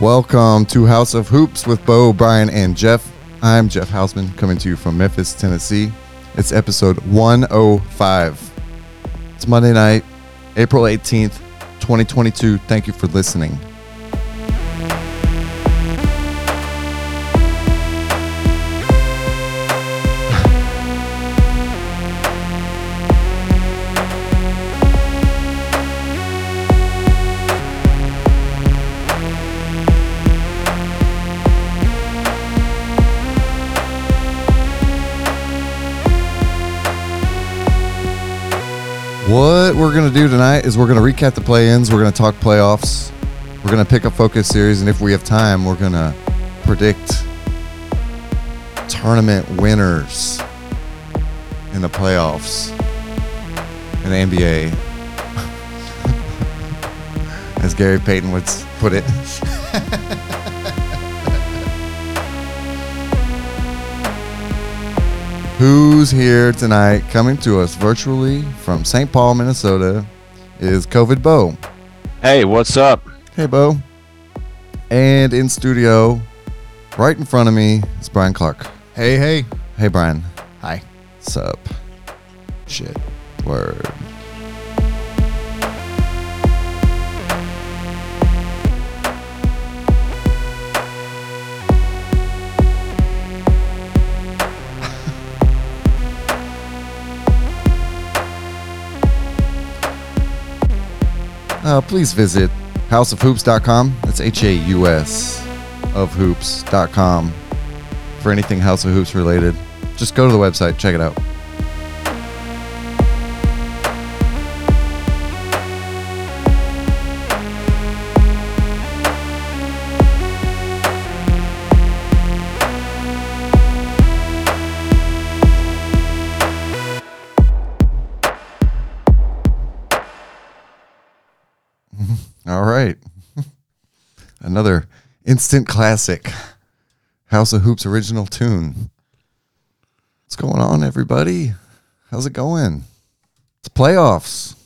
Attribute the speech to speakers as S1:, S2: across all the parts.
S1: Welcome to House of Hoops with Bo, Brian, and Jeff. I'm Jeff Hausman, coming to you from Memphis, Tennessee. It's episode 105. It's Monday night, April 18th, 2022. Thank you for listening. What we're going to do tonight is we're going to recap the play ins, we're going to talk playoffs, we're going to pick up focus series, and if we have time, we're going to predict tournament winners in the playoffs in the NBA. As Gary Payton would s- put it. Who's here tonight coming to us virtually from St. Paul, Minnesota is COVID Bo.
S2: Hey, what's up?
S1: Hey, Bo. And in studio, right in front of me, is Brian Clark.
S3: Hey, hey.
S1: Hey, Brian.
S3: Hi.
S1: Sup.
S3: Shit.
S1: Word. Uh, please visit houseofhoops.com. That's H A U S of hoops.com for anything House of Hoops related. Just go to the website, check it out. All right. Another instant classic. House of Hoops original tune. What's going on, everybody? How's it going? It's playoffs.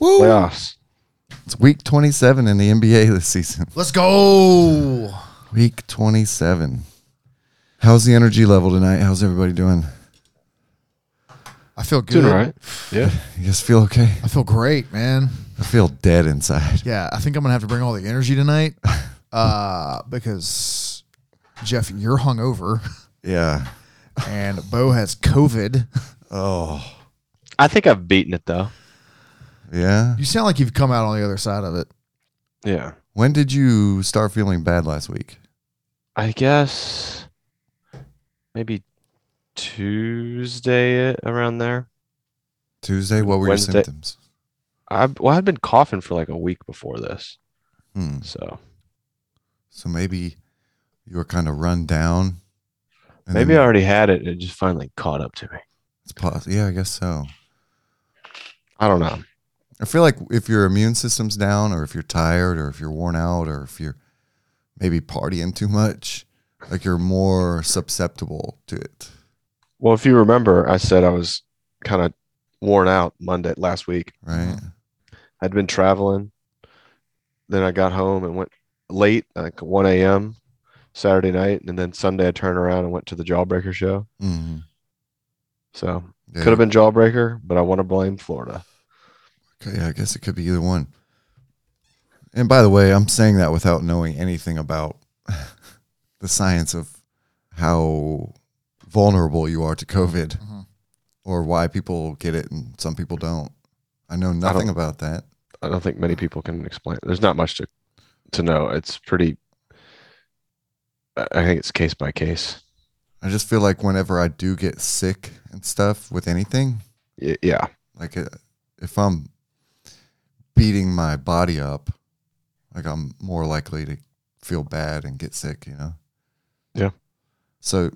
S2: Playoffs.
S1: It's week 27 in the NBA this season.
S3: Let's go.
S1: Week 27. How's the energy level tonight? How's everybody doing?
S3: I feel good.
S2: Doing all right. Yeah.
S1: You guys feel okay?
S3: I feel great, man.
S1: I feel dead inside.
S3: Yeah, I think I'm gonna have to bring all the energy tonight, uh, because Jeff, you're hungover,
S1: Yeah.
S3: and Bo has COVID.
S1: Oh.
S2: I think I've beaten it though.
S1: Yeah.
S3: You sound like you've come out on the other side of it.
S2: Yeah.
S1: When did you start feeling bad last week?
S2: I guess maybe Tuesday uh, around there.
S1: Tuesday? What were
S2: Wednesday.
S1: your symptoms?
S2: I well, I'd been coughing for like a week before this,
S1: Hmm.
S2: so
S1: So maybe you were kind of run down. and
S2: maybe I
S1: then
S2: already had it. and It just finally caught up to me.
S1: it's pos- yeah, I guess so.
S2: I don't know.
S1: I feel like if your immune system's down, or if you're tired, or if you're worn out, or if you're maybe partying too much, like you're more susceptible to it.
S2: Well, if you remember, I said I was kind of worn out Monday last week.
S1: Right?
S2: I'd been traveling. Then I got home and went late, like 1 a.m. Saturday night, and then Sunday I turned around and went to the Jawbreaker show.
S1: Mm-hmm.
S2: So
S1: Yeah,
S2: could have been Jawbreaker, but I want to blame Florida.
S1: okay, yeah, I guess it could be either one. And by the way, I'm saying that without knowing anything about the science of how vulnerable you are to COVID.
S3: Mhm.
S1: or why people get it and some people don't. I know nothing about that.
S2: I don't think many people can explain. There's not much to to know. It's pretty. I I think it's case by case.
S1: I just feel like whenever I do get sick and stuff with anything,
S2: Y- Yeah,
S1: like uh, if I'm beating my body up, like I'm more likely to feel bad and get sick, you know?
S2: Yeah.
S1: So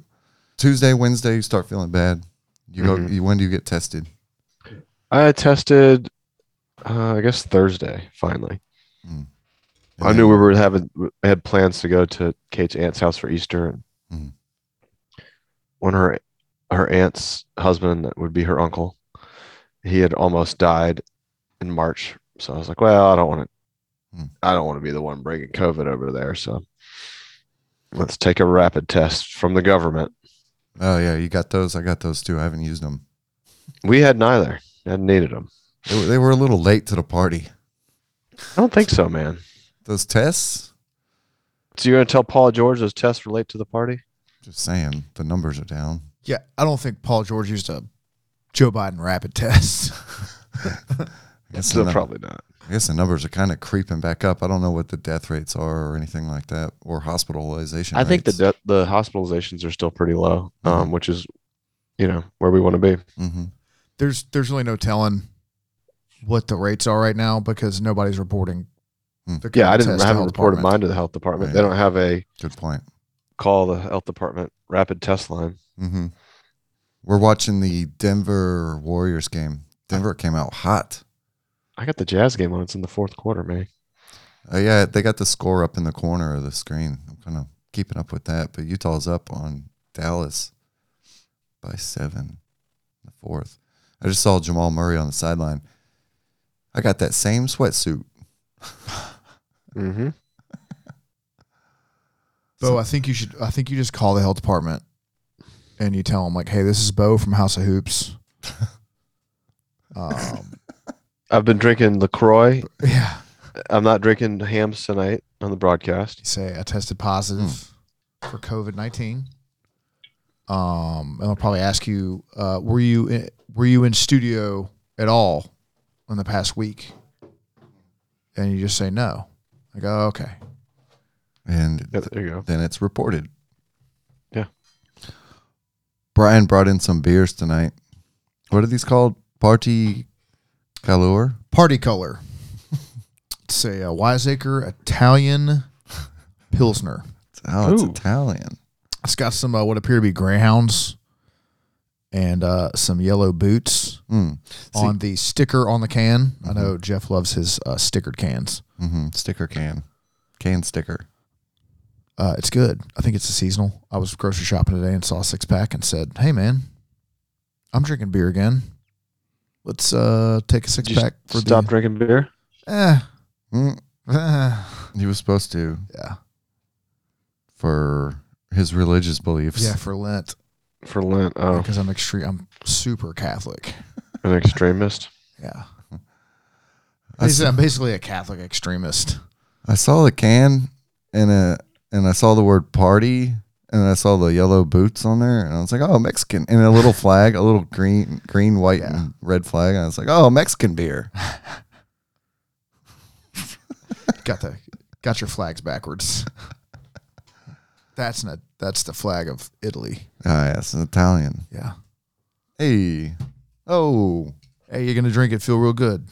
S1: Tuesday, Wednesday, you start feeling bad. You go,
S2: Mhm.
S1: you, when do you get tested?
S2: I tested. Uh, I guess Thursday finally. I
S1: And
S2: knew we were having we had plans to go to Kate's aunt's house for Easter, and
S1: Mhm.
S2: when her her aunt's husband, that would be her uncle, he had almost died in March. So I was like, well, I don't want to,
S1: Mm.
S2: I don't want to be the one bringing COVID over there. So Let's take a rapid test from the government.
S1: Oh yeah, you got those. I got those too. I haven't used them.
S2: We had neither. Hadn't needed them.
S1: They were, they were a little late to the party.
S2: I don't think so, man.
S1: Those tests.
S2: So you're gonna tell Paul George those tests relate to the party?
S1: Just saying, the numbers are down.
S3: Yeah, I don't think Paul George used a Joe Biden rapid test.
S1: I guess, the
S2: So
S1: num-
S2: probably not.
S1: I guess the numbers are kind of creeping back up. I don't know what the death rates are or anything like that, or hospitalization.
S2: I think the
S1: rates.
S2: de- the hospitalizations are still pretty low, um, which is, you know, where we want to be.
S1: Mhm.
S3: there's there's really no telling what the rates are right now because nobody's reporting.
S1: Hmm.
S3: the
S2: Yeah,
S3: COVID
S2: I didn't.
S3: test
S2: I
S3: to
S2: haven't
S3: health
S2: reported
S3: department.
S2: mine to the health department.
S1: Right.
S2: They don't have a
S1: Good point.
S2: call the health department rapid test line.
S1: hmm We're watching the Denver Warriors game. Denver came out hot.
S2: I got the Jazz game on. It's in the fourth quarter, man.
S1: Oh yeah, they got the score up in the corner of the screen. I'm kind of keeping up with that, but Utah's up on Dallas by seven, in the fourth. I just saw Jamal Murray on the sideline. I got that same sweatsuit.
S2: Mm-hmm.
S3: Bo, I think you should. I think you just call the health department and you tell them like, "Hey, this is Bo from House of Hoops." um,
S2: I've been drinking Lacroix.
S3: yeah,
S2: I'm not drinking hams tonight on the broadcast.
S3: you say I tested positive for COVID nineteen. Um, and they'll probably ask you, uh, "Were you in, were you in studio at all in the past week?" And you just say no. I go, "Okay."
S1: And
S2: Yeah, there you go.
S1: then it's reported.
S2: Yeah.
S1: Brian brought in some beers tonight. What are these called? Party Calor?
S3: Party color. It's a, uh Wiseacre Italian Pilsner.
S1: Oh, it's
S2: Ooh.
S1: Italian.
S3: It's got some uh, what appear to be greyhounds and uh, some yellow boots
S1: Mm.
S3: on the sticker on the can. I
S2: Mm-hmm.
S3: know Jeff loves his uh, stickered cans.
S1: hmm Sticker can. Can sticker.
S3: Uh, it's good. I think it's a seasonal. I was grocery shopping today and saw a six pack and said, "Hey man, I'm drinking beer again. Let's uh, take a six
S2: Just
S3: pack for
S2: Stop
S3: the
S2: drinking beer.
S3: eh,
S1: Mm.
S3: eh,
S1: He was supposed to
S3: yeah
S1: for his religious beliefs.
S3: yeah for Lent."
S2: for Lent. Oh,
S3: because I'm extreme. I'm super Catholic.
S2: an extremist.
S3: Yeah,
S1: I,
S3: Basically-
S1: saw,
S3: I'm basically a Catholic extremist.
S1: I saw the can and a and I saw the word party and I saw the yellow boots on there and I was like, oh, Mexican and a little flag, a little green, green, white, and red flag. And I was like, oh, Mexican beer.
S3: Got the got your flags backwards. That's not. That's the flag of Italy.
S1: Ah, yes, an Italian.
S3: Yeah.
S1: Hey, oh,
S3: Hey, you're gonna drink it. Feel real good.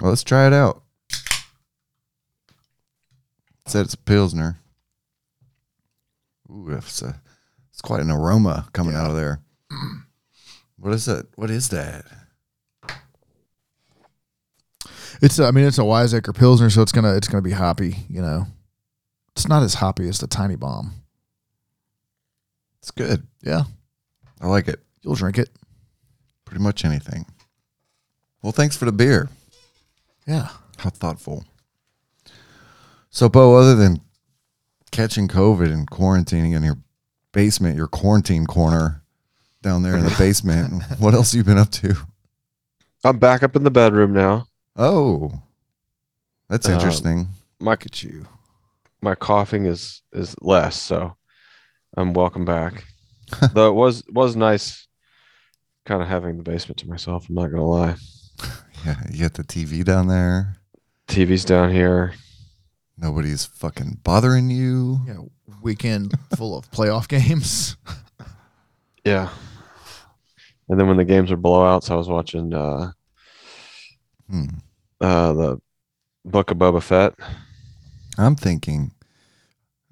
S1: well, let's try it out. Said it's a pilsner. Ooh, that's a, it's quite an aroma coming out of there. What is that? What is that?
S3: It's. A, I mean, it's a Wiseacre Pilsner, so it's gonna. It's gonna be hoppy. You know, it's not as hoppy as the Tiny Bomb.
S1: It's good.
S3: Yeah,
S1: I like it.
S3: you'll drink it.
S1: Pretty much anything. Well, thanks for the beer.
S3: Yeah.
S1: How thoughtful. So, Bo, other than catching COVID and quarantining in your basement, your quarantine corner down there in the basement, what else you been up to?
S2: I'm back up in the bedroom now.
S1: Oh, that's
S2: Um,
S1: interesting.
S2: My
S3: Get you.
S2: my coughing is is less, so I'm welcome back. Though it was was nice, kind of having the basement to myself. I'm not gonna lie.
S1: Yeah, you got the TV down there.
S2: TV's down here.
S1: Nobody's fucking bothering you.
S3: You know, weekend full of playoff games.
S2: Yeah. And then when the games were blowouts, I was watching uh,
S1: Hmm.
S2: uh, the Book of Boba Fett.
S1: I'm thinking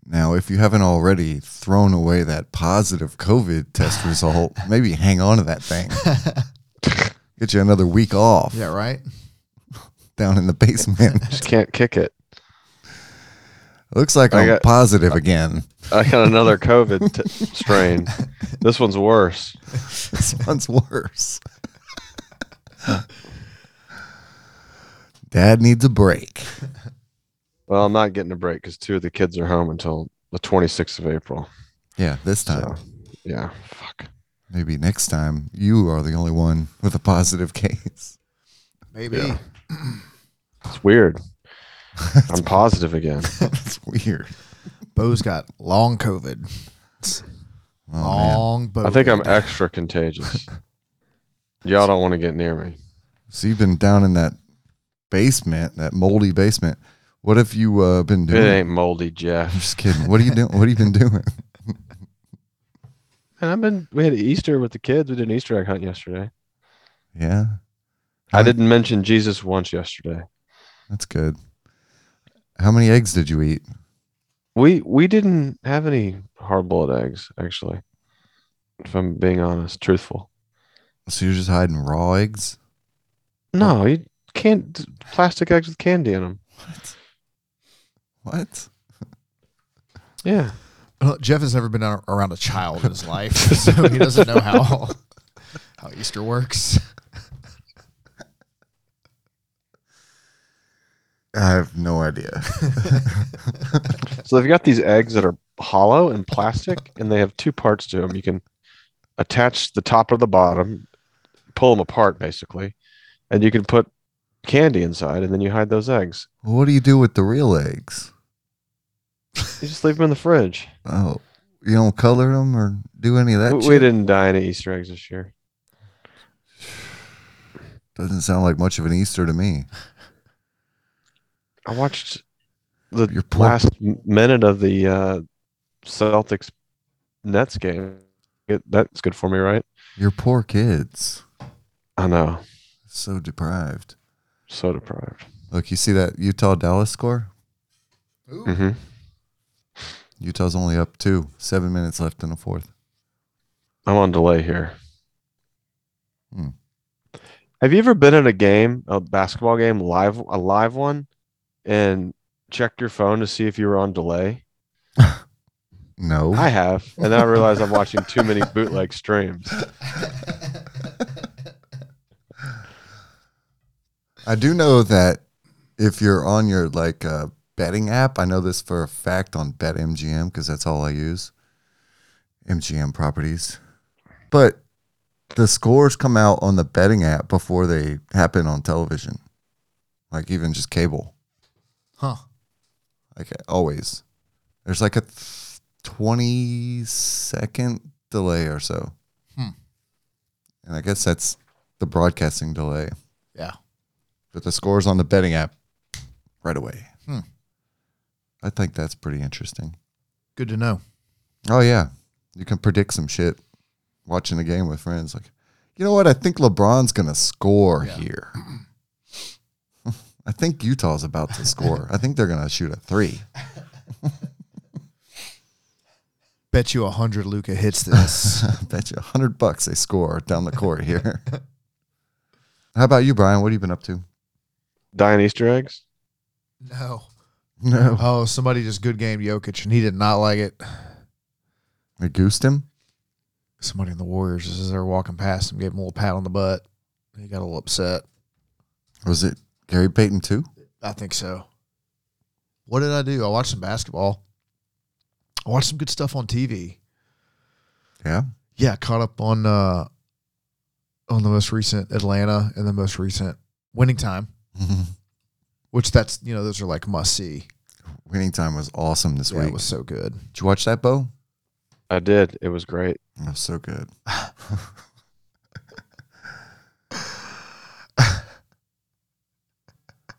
S1: now, if you haven't already thrown away that positive COVID test result, maybe hang on to that thing. Get you another week off
S3: Yeah. Right.
S1: down in the basement.
S2: Just can't kick it.
S1: Looks like
S2: I
S1: I'm
S2: got-
S1: positive again.
S2: I got another COVID t- strain. This one's worse.
S1: This one's worse. Dad needs a break.
S2: Well, I'm not getting a break because two of the kids are home until the 26th of April.
S1: Yeah, this time.
S2: So, yeah, fuck.
S1: Maybe next time you are the only one with a positive case.
S3: Maybe.
S2: Yeah. It's weird. I'm positive again.
S1: That's weird.
S3: Bo's got long COVID.
S1: Oh, man.
S3: long Bo.
S2: I think I'm extra contagious. Y'all don't want to get near me.
S1: So you've been down in that basement, that moldy basement. What have you uh, been
S2: It
S1: doing?
S2: ain't moldy,
S1: I'm
S2: Jeff.
S1: just kidding. What are you doing? What have you been doing?
S2: And I've been. We had Easter with the kids. We did an Easter egg hunt yesterday.
S1: Yeah,
S2: I didn't mention Jesus once yesterday.
S1: that's good. How many eggs did you eat?
S2: We we didn't have any hard boiled eggs actually. If I'm being honest, truthful.
S1: So you're just hiding raw eggs?
S2: No, you can't plastic eggs with candy in them.
S1: What? What?
S2: Yeah.
S3: Uh, Jeff has never been ar- around a child in his life, so he doesn't know how how Easter works.
S1: I have no idea.
S2: So they've got these eggs that are hollow and plastic, and they have two parts to them. You can attach the top or the bottom, pull them apart basically, and you can put candy inside, and then you hide those eggs.
S1: Well, what do you do with the real eggs?
S2: You just leave them in the fridge.
S1: Oh, you don't color them or do any of that.
S2: We, we
S1: shit?
S2: didn't dye any Easter eggs this year.
S1: Doesn't sound like much of an Easter to me.
S2: I watched the
S1: Your poor-
S2: last m- minute of the uh, Celtics Nets game. It, that's good for me, right?
S1: Your poor kids,
S2: I know.
S1: so deprived.
S2: So deprived.
S1: Look, you see that Utah Dallas score?
S2: hmm
S1: Utah's only up two. Seven minutes left in the fourth.
S2: I'm on delay here.
S1: Hmm.
S2: Have you ever been in a game, a basketball game, live a live one, and checked your phone to see if you were on delay?
S1: No.
S2: I have, and then I realized I'm watching too many bootleg streams.
S1: I do know that if you're on your like uh, betting app, I know this for a fact on BetMGM because that's all I use. MGM properties, but the scores come out on the betting app before they happen on television, like even just cable.
S3: Huh.
S1: Like always, there's like a th- twenty second delay or so,
S3: Hmm.
S1: and I guess that's the broadcasting delay.
S3: Yeah.
S1: But the scores on the betting app right away.
S3: Hmm.
S1: I think that's pretty interesting.
S3: Good to know.
S1: Oh yeah, you can predict some shit watching a game with friends. Like, you know what? I think LeBron's gonna score
S3: Yeah.
S1: here. I think Utah's about to score. I think they're gonna shoot a three.
S3: Bet you a hundred Luca hits this.
S1: Bet you a hundred bucks they score down the court here. How about you, Brian? What have you been up to?
S2: Dying Easter eggs?
S3: no.
S1: No,
S3: Oh, somebody just good game Jokic, and he did not like it.
S1: I goosed him.
S3: Somebody in the Warriors as they were walking past him gave him a little pat on the butt. He got a little upset.
S1: Was it Gary Payton too?
S3: I think so. What did I do? I watched some basketball. I watched some good stuff on TV.
S1: Yeah.
S3: Yeah, caught up on uh on the most recent Atlanta and the most recent Winning Time, which that's you know those are like must see.
S1: Winning time was awesome this
S3: Yeah,
S1: week.
S3: it was so good.
S1: Did you watch that, Bo?
S2: I did. It was great.
S1: That was so good.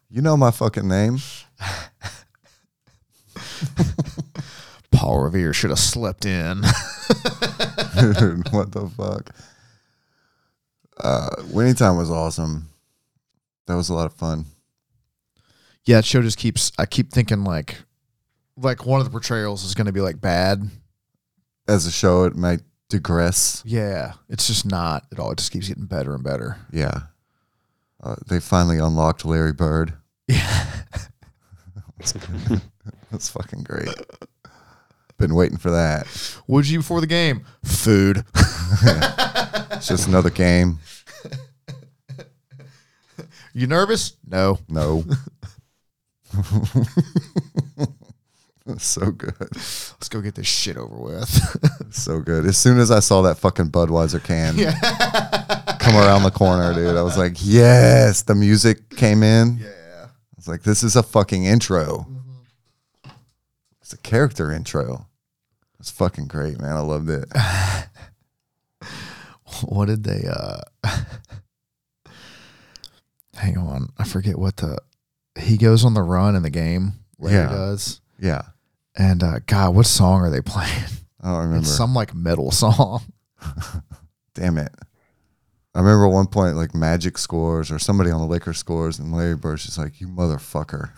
S1: you know my fucking name.
S3: Paul Revere should have slept in.
S1: Dude, what the fuck? Uh, winning time was awesome. That was a lot of fun.
S3: yeah, that show just keeps. I keep thinking like, like one of the portrayals is going to be like bad.
S1: As a show, it might digress.
S3: Yeah, it's just not at all. It just keeps getting better and better.
S1: Yeah. Uh, they finally unlocked Larry Bird.
S3: Yeah.
S1: That's fucking great. Been waiting for that.
S3: What'd you eat before the game? Food.
S1: It's just another game.
S3: You nervous? No.
S1: No. so good.
S3: let's go get this shit over with.
S1: So good. As soon as I saw that fucking Budweiser can
S3: yeah.
S1: come around the corner, dude, I was like, yes. The music came in.
S3: Yeah.
S1: I was like, this is a fucking intro.
S3: Mhm.
S1: It's a character intro. It's fucking great, man. I loved it.
S3: What did they uh Hang on. I forget what the he goes on the run in the game. Larry
S1: Yeah.
S3: does.
S1: Yeah.
S3: And uh God, what song are they playing?
S1: I don't remember.
S3: It's some like metal song.
S1: Damn it. I remember at one point, like Magic scores or somebody on the Lakers scores, and Larry Bird's just like, you motherfucker.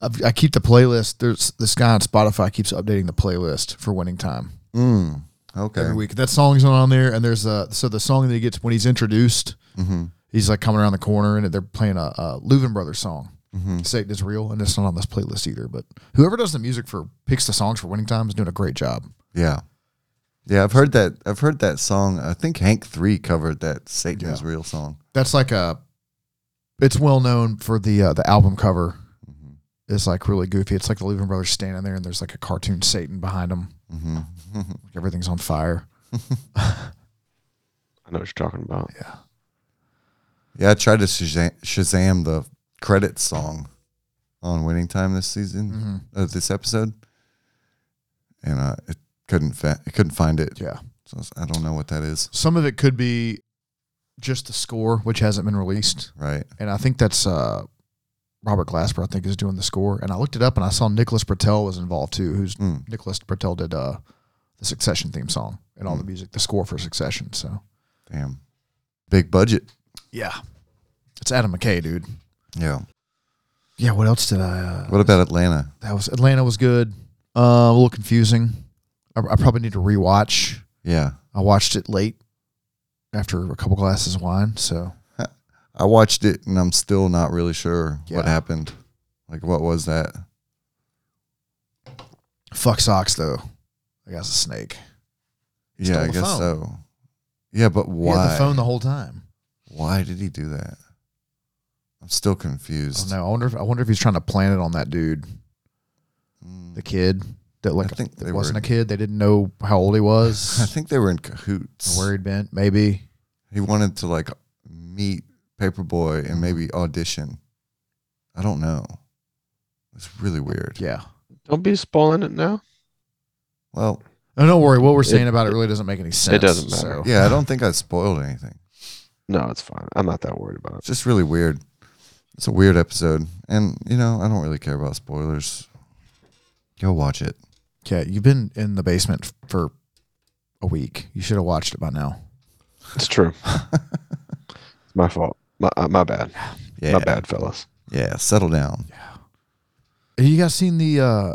S3: I've, I keep the playlist. There's this guy on Spotify keeps updating the playlist for winning time
S1: Mm. Okay.
S3: every week. That song's not on there, and there's a so the song that he gets when he's introduced,
S1: Mm-hmm.
S3: he's like coming around the corner, and they're playing a, a Leuven Brothers song.
S1: Mm-hmm.
S3: Satan is real, and it's not on this playlist either. But whoever does the music for picks the songs for winning time is doing a great job.
S1: Yeah. Yeah, I've heard that. I've heard that song. I think Hank Three covered that Satan is real song.
S3: That's like a, it's well known for the uh, the album cover. It's like really goofy. It's like the Leuven Brothers standing there, and there's like a cartoon Satan behind them.
S1: Mm-hmm.
S3: Like everything's on fire.
S2: I know what you're talking about.
S3: Yeah.
S1: yeah, I tried to Shazam, Shazam the credit song on Winning Time this season,
S3: hmm
S1: uh, this episode, and uh, it couldn't fa- it couldn't find it.
S3: Yeah.
S1: So I was- I don't know what that is.
S3: Some of it could be just the score, which hasn't been released.
S1: Right.
S3: And I think that's uh, Robert Glasper, I think, is doing the score. And I looked it up and I saw Nicholas Bertel was involved too, who's
S1: Mm.
S3: Nicholas Bertel did uh, the Succession theme song and all the
S1: Mm.
S3: music, the score for Succession. So,
S1: Damn. Big budget.
S3: yeah. It's Adam McKay, dude.
S1: Yeah.
S3: Yeah, what else did I. Uh,
S1: What about Atlanta?
S3: that was Atlanta was good. Uh, a little confusing. I, I probably need to rewatch.
S1: Yeah.
S3: I watched it late after a couple glasses of wine. So,
S1: I watched it and I'm still not really sure what
S3: Yeah.
S1: happened. Like, what was that?
S3: fuck socks, though. I guess a snake. He
S1: yeah,
S3: stole
S1: I
S3: the
S1: guess
S3: phone.
S1: so. Yeah, but
S3: He had
S1: why?
S3: the phone the whole time.
S1: Why did he do that? I'm still
S3: Oh
S1: confused.
S3: no! I wonder. If, I wonder if he's trying to plant it on that dude,
S1: Mm.
S3: the kid that like
S1: think they
S3: that wasn't
S1: were-
S3: a kid. They didn't know how old he was.
S1: I think they were in cahoots.
S3: where he'd been. Maybe.
S1: He wanted to like meet Paperboy and maybe audition. I don't know. It's really weird.
S3: Yeah.
S2: Don't be spoiling it now.
S1: Well,
S3: No, don't worry. What we're
S2: It-
S3: saying about it really doesn't make any sense.
S2: doesn't matter.
S1: yeah, I don't think I spoiled anything.
S2: No, it's fine. I'm not that worried about
S1: It's just really weird. It's a weird episode, and you know I don't really care about spoilers. Go watch it.
S3: Okay, you've been in the basement f- for a week. You should have watched it by now.
S2: it. It's true. it's my fault. My, uh, my bad.
S1: Yeah,
S2: My bad, fellas.
S1: yeah. Settle down.
S3: Have you guys seen the uh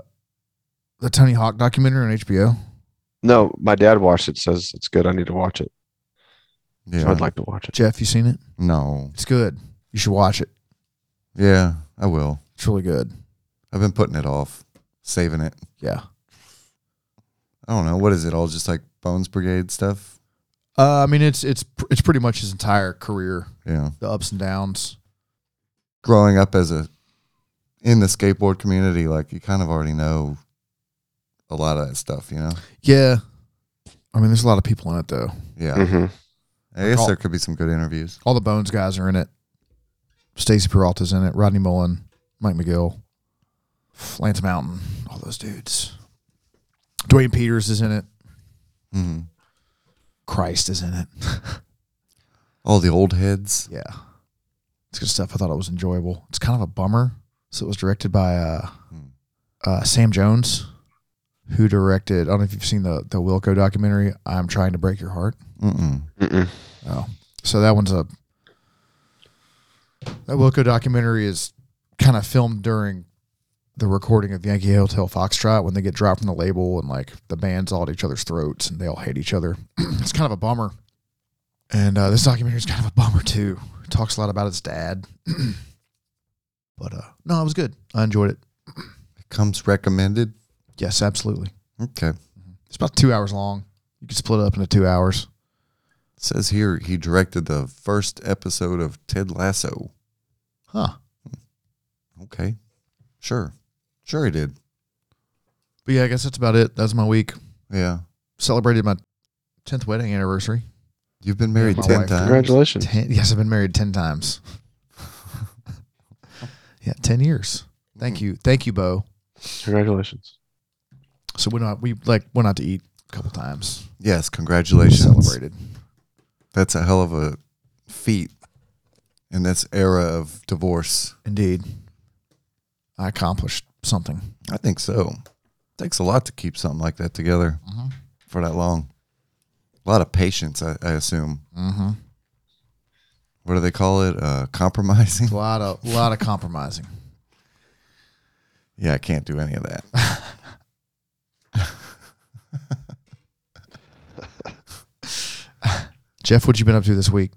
S3: the Tony Hawk documentary on HBO?
S2: No, my dad watched it. Says it's good. I need to watch it.
S1: Yeah.
S2: So I'd like to watch it.
S3: Jeff, you seen it?
S1: no.
S3: It's good. You should watch it.
S1: Yeah, I will.
S3: It's really good.
S1: I've been putting it off, saving it.
S3: Yeah.
S1: I don't know. What is it? All just like Bones Brigade stuff?
S3: Uh, I mean, it's it's pr- it's pretty much his entire career,
S1: Yeah.
S3: the ups and downs.
S1: Growing up as a in the skateboard community, like you kind of already know a lot of that stuff, you know?
S3: Yeah. I mean, there's a lot of people in it though.
S1: Yeah.
S3: Mm.
S2: Mm-hmm.
S1: I guess
S3: All-
S1: there could be some good interviews.
S3: All the Bones guys are in it. Stacy Peralta's in it. Rodney Mullen, Mike McGill, Lance Mountain, all those dudes. Dwayne Peters is in it.
S1: hmm
S3: Christ is in it.
S1: All the old heads.
S3: yeah, it's good stuff. I thought it was enjoyable. It's kind of a bummer. So it was directed by uh,
S1: Hmm.
S3: uh, Sam Jones, who directed. I don't know if you've seen the the Wilco documentary. I'm trying to break your heart.
S1: Mm-mm.
S2: Mm-mm.
S3: Oh, so that one's a that Wilco documentary is kind of filmed during the recording of Yankee Hotel Foxtrot when they get dropped from the label and like the band's all at each other's throats and they all hate each other. it's kind of a bummer. And uh, this documentary is kind of a bummer too. It talks a lot about his dad, but uh, no, it was good. I enjoyed it.
S1: It comes recommended.
S3: Yes, absolutely.
S1: Okay.
S3: It's about two hours long. You can split it up into two hours.
S1: It says here he directed the first episode of Ted Lasso.
S3: Huh.
S1: Okay. Sure. Sure he did.
S3: But yeah, I guess that's about it. That's my week.
S1: Yeah.
S3: Celebrated my tenth wedding anniversary.
S1: You've been married
S3: my
S1: 10
S3: wife.
S1: times.
S2: Congratulations.
S3: Ten, yes, I've been married ten times. yeah, ten years. Thank you, thank you, Bo.
S2: Congratulations.
S3: So we not we like went out to eat a couple times.
S1: Yes, congratulations.
S3: Celebrated.
S1: That's a hell of a feat in this era of divorce.
S3: Indeed, I accomplished something.
S1: I think so. takes a lot to keep something like that together for that long. A lot of patience, I, I assume.
S3: Mm-hmm.
S1: What do they call it? Uh, compromising?
S3: A lot of a lot of compromising.
S1: Yeah, I can't do any of that.
S3: Jeff, what you been up to this week?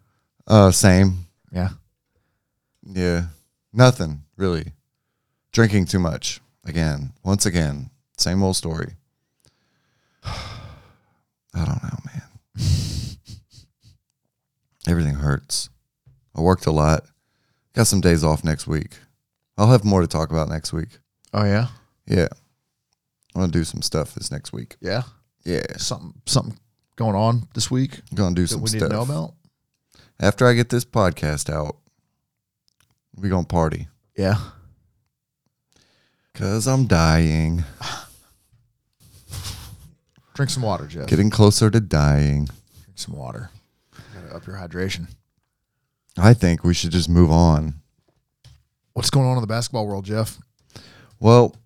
S1: Uh, same.
S3: Yeah,
S1: Yeah. Nothing, really. Drinking too much. Again, once again, same old story. I don't know, man. Everything hurts. I worked a lot. Got some days off next week. I'll have more to talk about next week.
S3: Oh yeah,
S1: Yeah. I'm going to do some stuff this next week.
S3: yeah.
S1: Yeah.
S3: Something something going on this week
S1: Going to do
S3: that
S1: some
S3: we
S1: stuff.
S3: didn't know about.
S1: After I get this podcast out, we going to party.
S3: Yeah,
S1: Because I'm dying.
S3: drink some water, Jeff.
S1: Getting closer to dying.
S3: Drink some water. Gotta up your hydration.
S1: I think we should just move on.
S3: What's going on in the basketball world, Jeff?
S1: Well,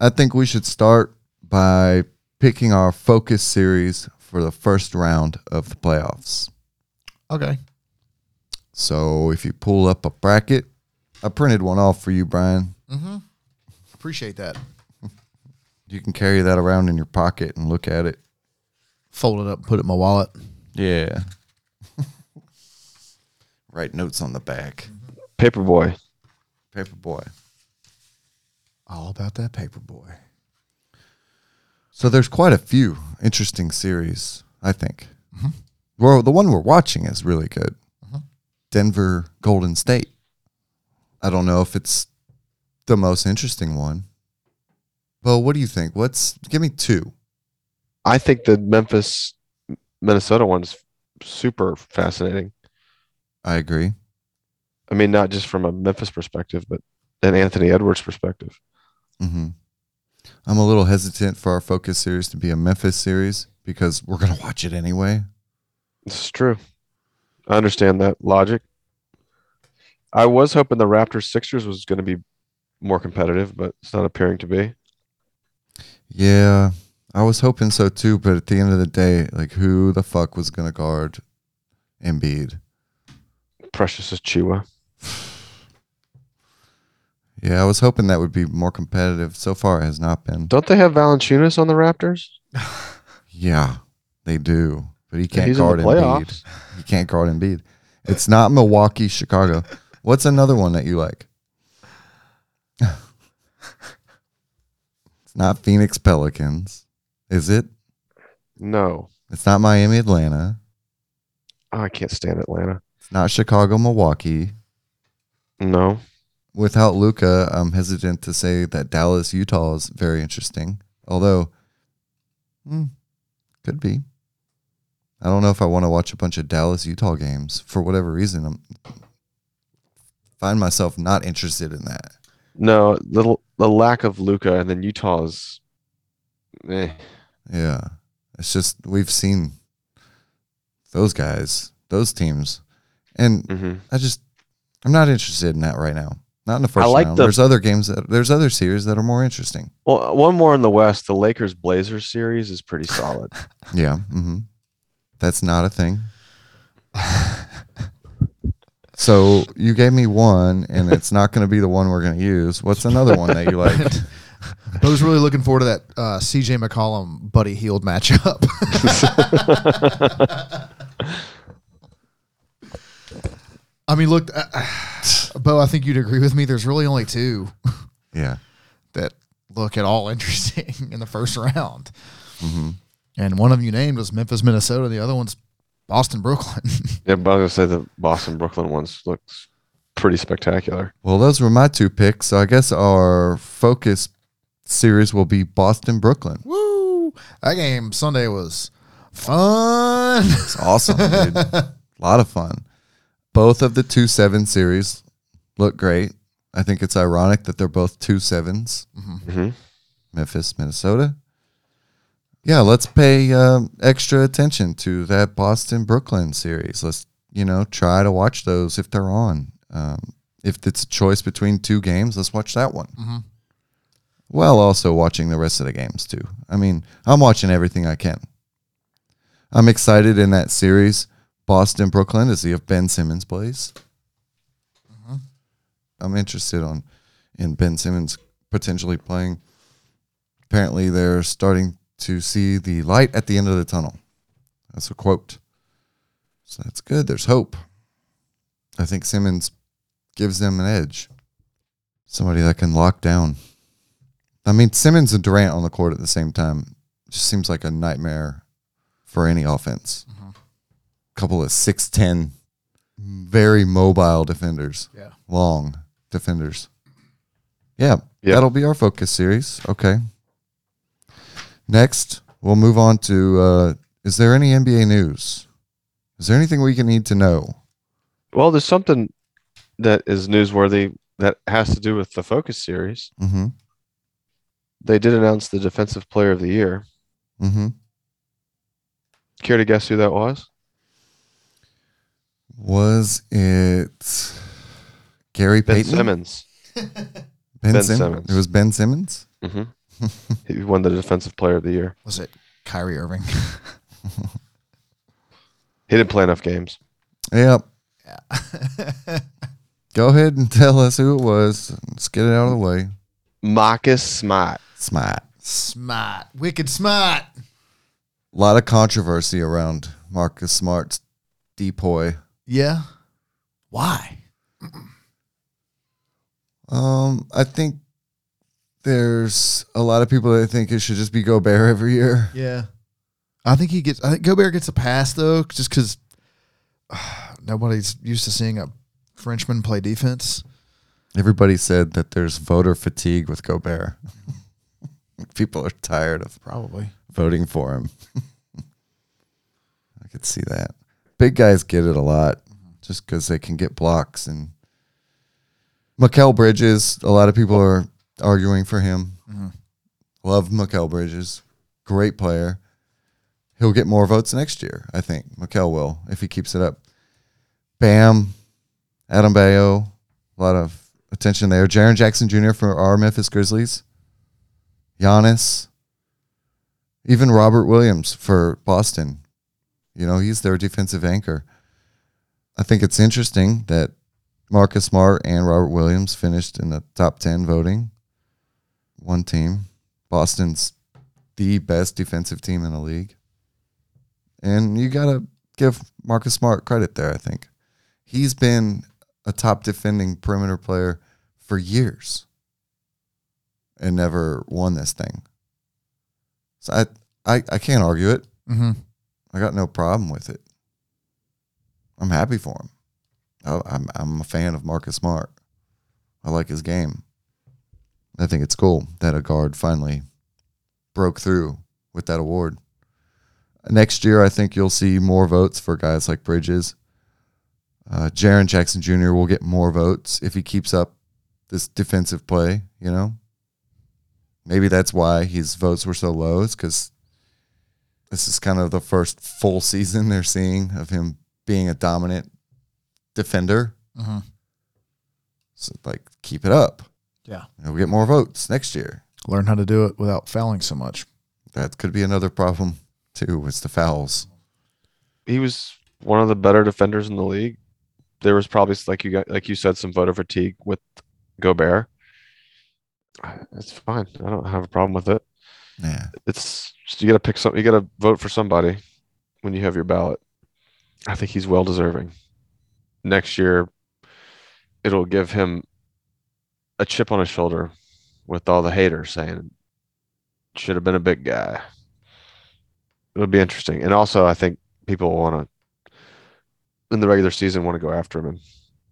S1: I think we should start by picking our focus series for the first round of the playoffs.
S3: Okay.
S1: So if you pull up a bracket, I printed one off for you, Brian.
S3: Appreciate that.
S1: You can carry that around in your pocket and look at it.
S3: Fold it up, put it in my wallet.
S1: Yeah. Write notes on the back.
S2: Paperboy.
S1: Paper boy.
S3: All about that paper boy.
S1: So there's quite a few interesting series, I think. Well, the one we're watching is really good. Denver Golden State. I don't know if it's the most interesting one. Well, what do you think? What's give me two?
S2: I think the Memphis Minnesota one's super fascinating.
S1: I agree.
S2: I mean, not just from a Memphis perspective, but an Anthony Edwards perspective.
S1: hmm I'm a little hesitant for our focus series to be a Memphis series because we're gonna watch it anyway.
S2: This is true. I understand that logic. I was hoping the Raptors Sixers was going to be more competitive, but it's not appearing to be.
S1: Yeah, I was hoping so too, but at the end of the day, like who the fuck was gonna guard Embiid?
S2: Precious is Chua.
S1: Yeah, I was hoping that would be more competitive. So far, it has not been.
S2: Don't they have Valanciunas on the Raptors?
S1: Yeah, they do, but he can't
S2: He's in the
S1: guard Embiid.
S2: playoffs.
S1: He can't guard Embiid. It's not Milwaukee, Chicago. What's another one that you like? it's not Phoenix Pelicans, is it?
S2: No,
S1: It's not Miami, Atlanta.
S2: Oh, I can't stand Atlanta.
S1: It's not Chicago, Milwaukee.
S2: No,
S1: Without Luca, I'm hesitant to say that Dallas, Utah is very interesting. Although, hmm, could be. I don't know if I want to watch a bunch of Dallas, Utah games for whatever reason. I'm find myself not interested in that.
S2: no. The the lack of Luca and then Utah's. Eh.
S1: Yeah, it's just we've seen those guys, those teams, and
S2: Mm-hmm.
S1: I just I'm not interested in that right now. Not in the first
S2: like
S1: round.
S2: the-
S1: there's other games that there's other series that are more interesting.
S2: Well, uh, one more in the West. The Lakers Blazers series is pretty solid.
S1: Yeah. hmm That's not a thing. so you gave me one, and it's not going to be the one we're going to use. What's another one that you like?
S3: I was really looking forward to that uh, CJ McCollum Buddy Healed matchup. I mean, look, uh, uh, Bo, I think you'd agree with me. There's really only two
S1: Yeah.
S3: that look at all interesting in the first round. Mm-hmm. And one of them you named was Memphis, Minnesota. The other one's Boston, Brooklyn.
S2: yeah, but I was gonna say the Boston Brooklyn ones looks pretty spectacular.
S1: Well, those were my two picks. So I guess our focus series will be Boston Brooklyn.
S3: Woo! That game Sunday was fun.
S1: It's awesome, dude. A lot of fun. Both of the two seven series look great. I think it's ironic that they're both two sevens.
S2: Mhm.
S1: Memphis, Minnesota. Yeah, let's pay um, extra attention to that Boston Brooklyn series. Let's you know try to watch those if they're on. Um, if it's a choice between two games, let's watch that one.
S3: Mhm.
S1: While also watching the rest of the games too. I mean, I'm watching everything I can. I'm excited in that series, Boston Brooklyn, to see if Ben Simmons plays. I'm interested on in Ben Simmons potentially playing. Apparently, they're starting to see the light at the end of the tunnel. That's a quote. So that's good. There's hope. I think Simmons gives them an edge. Somebody that can lock down. I mean, Simmons and Durant on the court at the same time just seems like a nightmare for any offense. Couple of 6'10, very mobile defenders
S3: Yeah.
S1: long defenders. Yeah,
S2: Yeah.
S1: that'll be our focus series. Okay. Next, we'll move on to uh, is there any NBA news? Is there anything we can need to know?
S2: Well, there's something that is newsworthy that has to do with the Focus series.
S1: Mm-hmm.
S2: They did announce the Defensive Player of the Year.
S1: Mm-hmm.
S2: Care to guess who that was?
S1: Was it Gary
S2: Ben
S1: Payton?
S2: Simmons.
S1: Ben,
S2: Ben
S1: Sim-
S2: Simmons.
S1: It was Ben Simmons.
S2: hmm he won the Defensive Player of the Year.
S3: Was it Kyrie Irving?
S2: He didn't play enough games.
S1: Yep.
S3: yeah.
S1: Go ahead and tell us who it was. Let's get it out of the way.
S2: Marcus Smart.
S1: Smart.
S3: smart. Wicked smart.
S1: A lot of controversy around Marcus Smart's depoy.
S3: Yeah. Why?
S1: Um, I think there's a lot of people that think it should just be Gobert every year.
S3: Yeah. I think he gets. I think Gobert gets a pass though, just because nobody's used to seeing a Frenchman play defense.
S1: Everybody said that there's voter fatigue with Gobert. people are tired of
S3: Probably.
S1: voting for him. I could see that. Big guys get it a lot just because they can get blocks and Mikel Bridges. A lot of people are arguing for him.
S3: Mhm.
S1: Love Mikel Bridges, great player. He'll get more votes next year, I think. Mikel will if he keeps it up. Bam, Adam Bayo, a lot of attention there. Jaron Jackson Jr. for our Memphis Grizzlies. Giannis even Robert Williams for Boston. You know, he's their defensive anchor. I think it's interesting that Marcus Smart and Robert Williams finished in the top 10 voting. One team. Boston's the best defensive team in the league. And you got to give Marcus Smart credit there, I think. He's been a top defending perimeter player for years and never won this thing. So I, I, I can't argue it.
S3: Mm-hmm.
S1: I got no problem with it. I'm happy for him. I, I'm, I'm a fan of Marcus Smart. I like his game. I think it's cool that a guard finally broke through with that award. Next year, I think you'll see more votes for guys like Bridges. Uh, Jaron Jackson Jr. will get more votes if he keeps up this defensive play, you know? Maybe that's why his votes were so low, is because this is kind of the first full season they're seeing of him being a dominant defender.
S3: Mhm.
S1: So, like, keep it up.
S3: Yeah.
S1: And we'll get more votes next year.
S3: Learn how to do it without fouling so much.
S1: That could be another problem, too, was the fouls.
S2: He was one of the better defenders in the league. There was probably like you got, like you said, some voter fatigue with Gobert. It's fine. I don't have a problem with it.
S1: Yeah.
S2: It's you got to pick some. You got to vote for somebody when you have your ballot. I think he's well deserving. Next year, it'll give him a chip on his shoulder with all the haters saying should have been a big guy. It'll be interesting, and also I think people want to in the regular season want to go after him and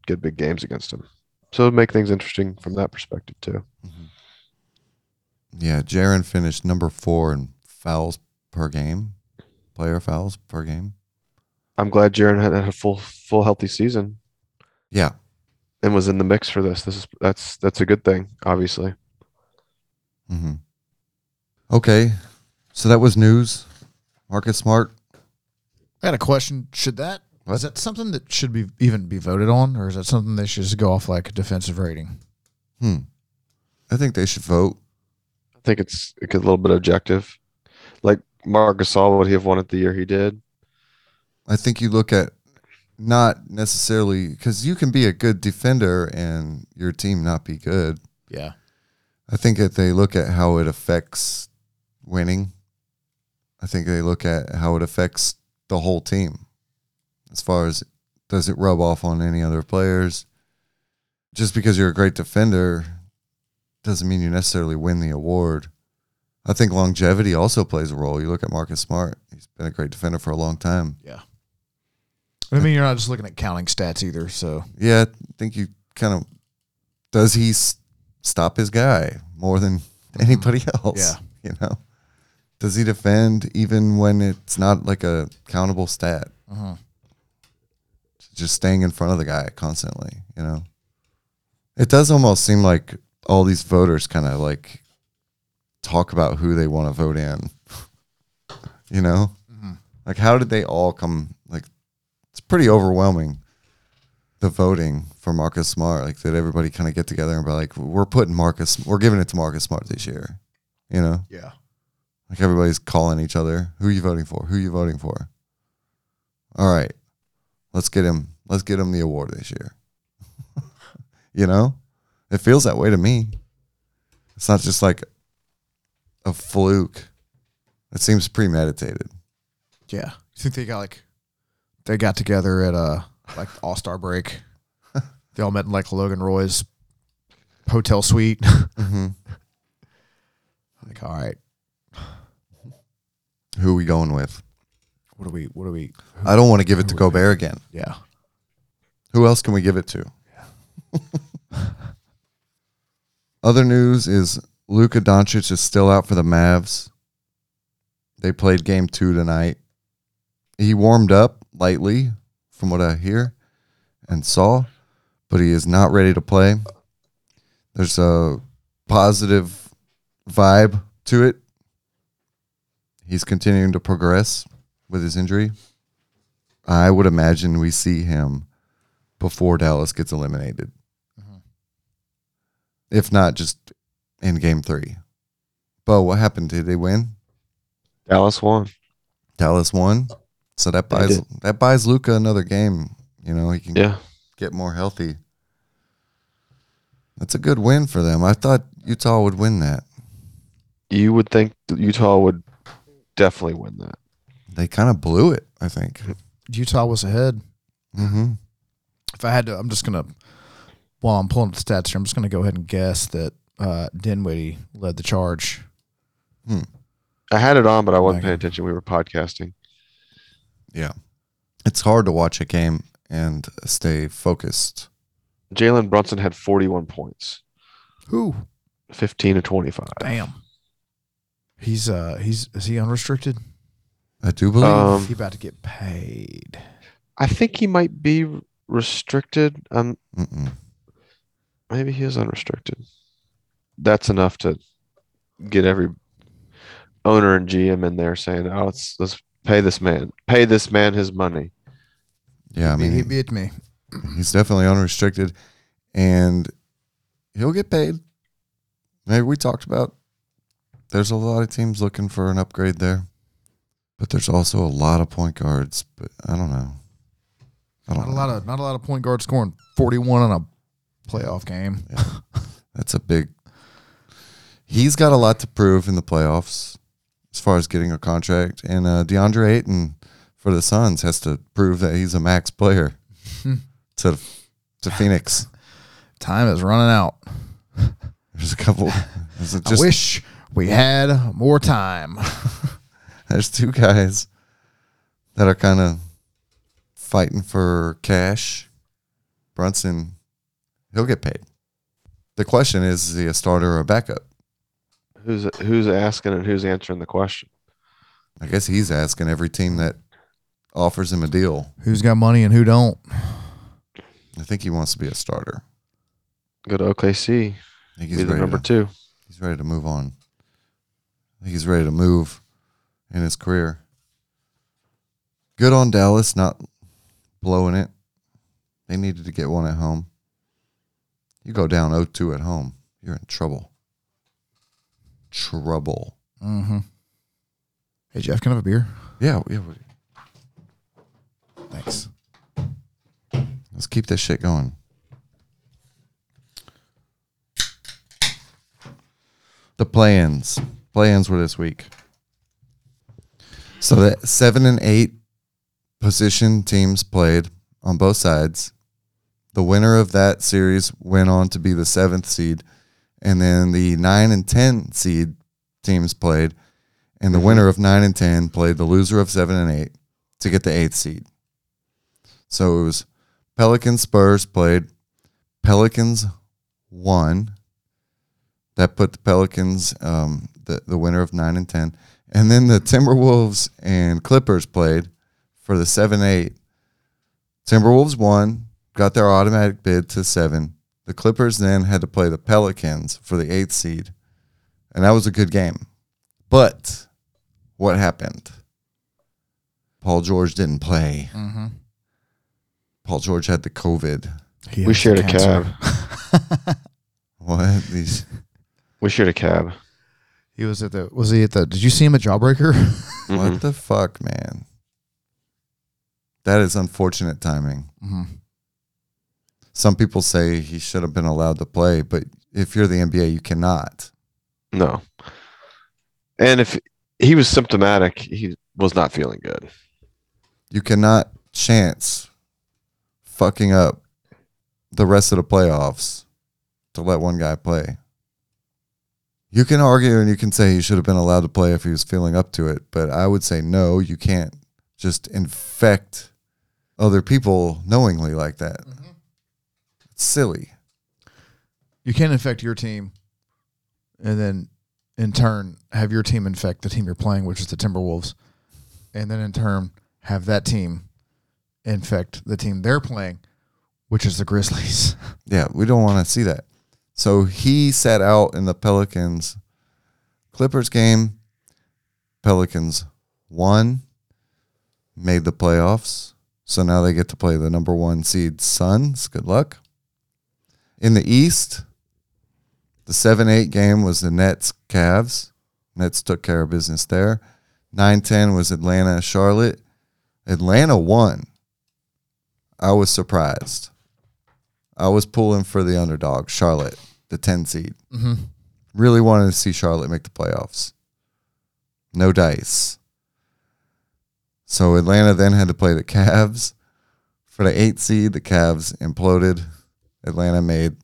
S2: good big games against them. So it'll make things interesting from that perspective too.
S1: Mm-hmm. Yeah, Jaron finished number four in fouls per game, player fouls per game.
S2: I'm glad Jaron had had a full full healthy season
S1: Yeah,
S2: and was in the mix for this. This is that's that's a good thing, obviously.
S1: Mm-hmm. Okay, so that was news. Marcus Smart.
S3: I got a question. Should that
S1: What?
S3: is that something that should be even be voted on, or is that something they should just go off like a defensive rating?
S1: I think they should vote.
S2: I think it's a good little bit objective. Like Marc Gasol, would he have won it the year he did?
S1: I think you look at not necessarily because you can be a good defender and your team not be good.
S3: Yeah.
S1: I think that they look at how it affects winning. I think they look at how it affects the whole team as far as does it rub off on any other players. Just because you're a great defender doesn't mean you necessarily win the award. I think longevity also plays a role. You look at Marcus Smart, he's been a great defender for a long time.
S3: I mean, you're not just looking at counting stats either. So
S1: Yeah, I think you kind of does he s- stop his guy more than anybody else?
S3: Yeah.
S1: you know, does he defend even when it's not like a countable stat?
S3: uh
S1: Just staying in front of the guy constantly, you know. It does almost seem like all these voters kind of like talk about who they want to vote in. you know, like how did they all come? Like it's pretty overwhelming. The voting for Marcus Smart, like did everybody kind of get together and be like, we're putting Marcus, we're giving it to Marcus Smart this year, you know?
S3: yeah,
S1: Like everybody's calling each other. Who you voting for? Who you voting for? All right. Let's get him. Let's get him the award this year. you know? It feels that way to me. It's not just like a fluke. It seems premeditated.
S3: yeah. You think they got like they got together at uh like All Star break? they all met in like Logan Roy's hotel suite.
S1: Mm-hmm.
S3: like, all right,
S1: Who we going with?
S3: what do we? What do we?
S1: I don't want to give it to Gobert again.
S3: Yeah,
S1: Who else can we give it to? Other news is Luka Doncic is still out for the Mavs. They played game two tonight. He warmed up lightly, from what I hear and saw, but he is not ready to play. There's a positive vibe to it. He's continuing to progress with his injury. I would imagine we see him before Dallas gets eliminated. If not, just in game three. Bo, what happened? Did they win?
S2: Dallas won.
S1: Dallas won. So that
S2: They
S1: buys
S2: did.
S1: that buys Luca another game. You know, he can
S2: Yeah.
S1: get more healthy. That's a good win for them. I thought Utah would win that.
S2: You would think that Utah would definitely win that.
S1: They kind of blew it, I think.
S3: Utah was ahead.
S1: hmm
S3: if I had to, I'm just gonna while I'm pulling up the stats here, I'm just gonna go ahead and guess that uh, Dinwiddie led the charge.
S2: I had it on, but I wasn't
S3: Okay.
S2: paying attention. We were podcasting.
S1: Yeah. It's hard to watch a game and stay focused.
S2: Jalen Brunson had 41 points,
S3: Who?
S2: 15 to 25.
S3: Damn. He's uh he's is he unrestricted?
S1: I do believe.
S2: Um,
S3: he about to get paid.
S2: I think he might be restricted. Um,
S1: Mm-mm.
S2: maybe he is unrestricted. That's enough to get every owner and GM in there saying, "Oh, let's let's pay this man, pay this man his money."
S1: yeah, I mean,
S3: he beat me.
S1: He's definitely unrestricted, and he'll get paid. Maybe we talked about. There's a lot of teams looking for an upgrade there, but there's also a lot of point guards. But I don't know. I don't
S3: Not a
S1: know.
S3: lot of not a lot of point guards scoring 41 on a playoff game.
S1: That's a big. He's got a lot to prove in the playoffs, as far as getting a contract. And uh, DeAndre Ayton for the Suns has to prove that he's a max player to to Phoenix.
S3: Time is running out.
S1: There's a couple. There's a-
S3: I
S1: just
S3: wish we had more time.
S1: there's two guys that are kind of fighting for cash Brunson, he'll get paid. The question is, is he a starter or a backup?
S2: Who's who's asking and who's answering the question?
S1: I guess he's asking every team that offers him a deal.
S3: Who's got money and who don't?
S1: I think he wants to be a starter.
S2: Go to OKC.
S1: I think
S2: Be
S1: he's
S2: the
S1: ready
S2: number
S1: to,
S2: two.
S1: He's ready to move on. I think he's ready to move in his career. Good on Dallas, not blowing it. They needed to get one at home. You go down 0-2 at home, you're in trouble. Trouble.
S3: Mm-hmm. Hey Jeff, can I have a beer?
S1: Yeah, yeah. we-
S3: Thanks.
S1: Let's keep this shit going. The plans. Plans were this week. So the seven and eight position teams played on both sides. The winner of that series went on to be the seventh seed. And then the nine and ten seed teams played. And the winner of nine and ten played the loser of seven and eight to get the eighth seed. So it was Pelicans Spurs played. Pelicans won. That put the Pelicans um, the the winner of nine and ten, and then the Timberwolves and Clippers played for the seven eight. Timberwolves won, got their automatic bid to seven. The Clippers then had to play the Pelicans for the eighth seed, and that was a good game. But what happened? Paul George didn't play.
S3: Mm-hmm.
S1: Paul George had the COVID.
S2: We shared a cab.
S1: What these?
S2: We shared a cab.
S3: He was at the. Was he at the? Did you see him at Jawbreaker?
S2: Mhm.
S1: What the fuck, man? That is unfortunate timing.
S3: mm-hmm.
S1: Some people say he should have been allowed to play, but if you're the NBA, you cannot.
S2: No. And if he was symptomatic, he was not feeling good.
S1: You cannot chance fucking up the rest of the playoffs to let one guy play. You can argue and you can say he should have been allowed to play if he was feeling up to it, but I would say no, you can't just infect other people knowingly like that. It's silly.
S3: You can infect your team, and then in turn have your team infect the team you're playing, which is the Timberwolves, and then in turn have that team infect the team they're playing, which is the Grizzlies.
S1: Yeah, we don't want to see that. So he sat out in the Pelicans Clippers game. Pelicans won, made the playoffs. So now they get to play the number one seed Suns. Good luck. In the East, the 7 8 game was the Nets Cavs. Nets took care of business there. 9 10 was Atlanta Charlotte. Atlanta won. I was surprised. I was pulling for the underdog, Charlotte, the 10 seed.
S3: Mm-hmm.
S1: Really wanted to see Charlotte make the playoffs. No dice. So Atlanta then had to play the Cavs. For the 8 seed, the Cavs imploded. Atlanta made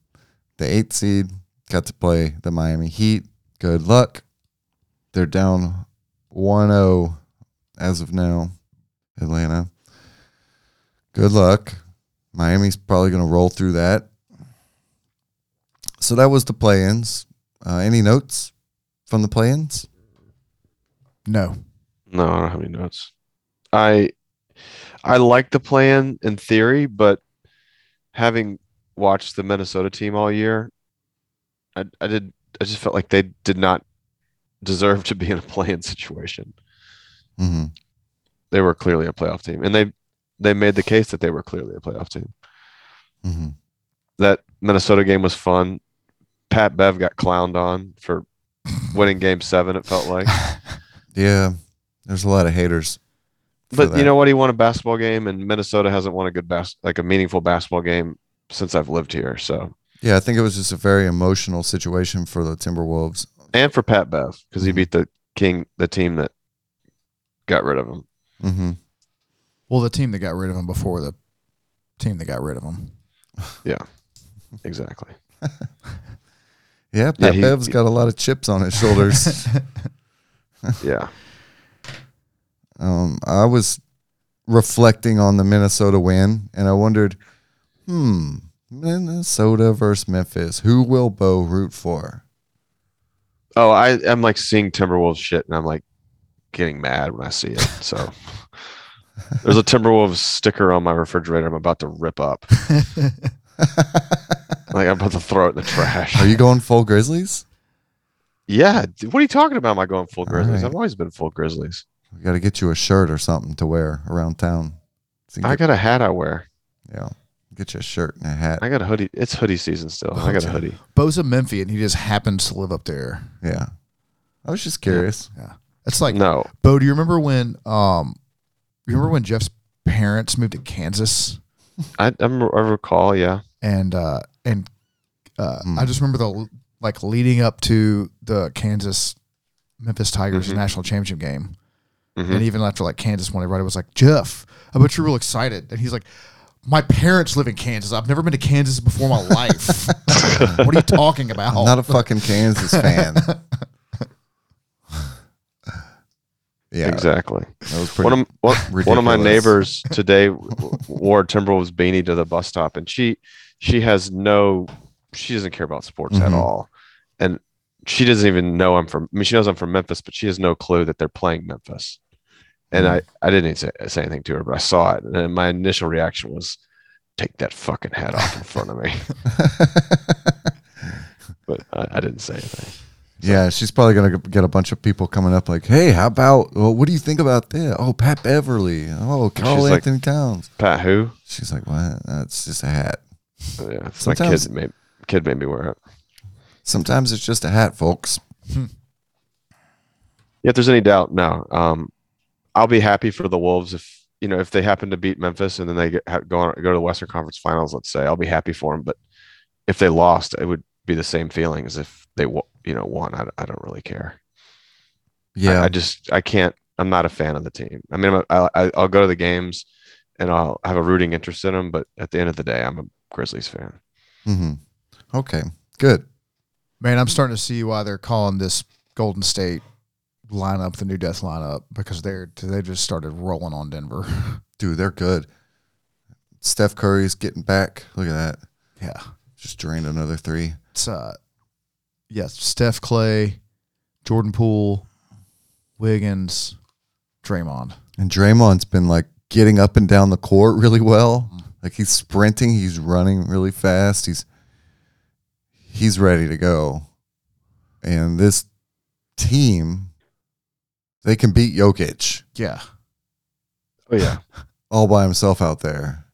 S1: the 8 seed, got to play the Miami Heat. Good luck. They're down 1 0 as of now, Atlanta. Good luck. Miami's probably going to roll through that. So that was the play ins. Uh, any notes from the play-ins?
S3: No,
S2: No, I don't have any notes. I I like the plan in theory, but having watched the Minnesota team all year, I, I did I just felt like they did not deserve to be in a play-in situation.
S1: Mm-hmm.
S2: They were clearly a playoff team, and they they made the case that they were clearly a playoff team.
S1: Mm-hmm.
S2: that Minnesota game was fun. Pat Bev got clowned on for winning game seven, it felt like.
S1: Yeah, there's a lot of haters. for
S2: But
S1: that.
S2: you know what? He won a basketball game, and Minnesota hasn't won a good bas- like a meaningful basketball game since I've lived here. So,
S1: yeah, I think it was just a very emotional situation for the Timberwolves.
S2: and for Pat Bev because he
S1: Mhm.
S2: beat the King, the team that got rid of him.
S1: Mm-hmm.
S3: well, the team that got rid of him before the team that got rid of him.
S2: Exactly.
S1: Yeah, Pat
S2: Yeah, he-
S1: Bev's got a lot of chips on his shoulders.
S2: Yeah.
S1: um, I was reflecting on the Minnesota win, and I wondered Hmm. Minnesota versus Memphis. Who will Bo root for?
S2: Oh, I am like seeing Timberwolves shit, and I'm like getting mad when I see it. So there's a Timberwolves sticker on my refrigerator. I'm about to rip up. Like I'm about to throw it in the trash.
S1: Are you going full Grizzlies?
S2: Yeah. d- What are you talking about? Am I going full
S1: All
S2: Grizzlies?
S1: right.
S2: I've always been full Grizzlies.
S1: We got to get you a shirt or something to wear around town. So you
S2: I
S1: can get,
S2: got a hat I wear.
S1: yeah, get you a shirt and a hat.
S2: I got a hoodie. It's hoodie season still. I got a
S3: Okay.
S2: hoodie.
S3: Bo's a Memphian. He just happens to live up there.
S1: Yeah. I was just curious.
S3: It's like
S2: No.
S3: Bo. Do you remember when? Um, you remember when Jeff's parents moved to Kansas,
S2: I, I'm, I recall, yeah.
S3: and uh, and uh,
S1: Hmm.
S3: I just remember the like leading up to the Kansas Memphis Tigers
S1: Mm-hmm.
S2: Mhm.
S3: national championship game.
S2: Mhm.
S3: And even after like Kansas won, everybody was like, Jeff, I bet you're real excited. And he's like, My parents live in Kansas. I've never been to Kansas before in my life. what are you talking about?
S1: I'm not a fucking Kansas fan. yeah.
S2: Exactly.
S1: That was pretty.
S2: One of, one, one of my
S1: ridiculous.
S2: neighbors today w- w- wore a Timberwolves beanie to the bus stop, and she she has no, she doesn't care about sports at
S1: Mhm.
S2: all, and she doesn't even know I'm from. I mean, she knows I'm from Memphis, but she has no clue that they're playing Memphis. And
S1: Mm-hmm.
S2: I I didn't even say, say anything to her, but I saw it, and my initial reaction was, take that fucking hat off in front of me. But I, I didn't say anything.
S1: yeah, she's probably gonna get a bunch of people coming up like, "Hey, how about? Well, what do you think about this? Oh, Pat Beverly. Oh, Carl
S2: She's like-
S1: Anthony Towns."
S2: Pat, who?
S1: She's like, "What? That's just a hat.
S2: Yeah, it's my
S1: Sometimes-
S2: kid made kid made me wear it.
S1: Sometimes it's just a hat, folks."
S2: Yeah, if there's any doubt, no. Um, I'll be happy for the Wolves if you know if they happen to beat Memphis and then they get, ha- go on, go to the Western Conference Finals. Let's say I'll be happy for them. But if they lost, it would be the same feeling as if they wa- you know won. I, I don't really care. I-
S1: Yeah,
S2: I, just I can't. I'm not a fan of the team. I mean, I'm a, I, I'll go to the games and I'll have a rooting interest in them. But at the end of the day, I'm a Grizzlies fan.
S1: hmm Okay, good.
S3: Man, I'm starting to see why they're calling this Golden State lineup the new death lineup because they're they just started rolling on Denver.
S1: Dude, they're good. Steph Curry's getting back. Look at that.
S3: Yeah.
S1: Just drained another three.
S3: It's uh yeah, Steph Clay, Jordan Poole, Wiggins, Draymond.
S1: And Draymond's been like getting up and down the court really well. Like he's sprinting, he's running really fast. He's he's ready to go. And this team, they can beat Jokic
S3: Yeah.
S2: Oh yeah,
S1: all by himself out there.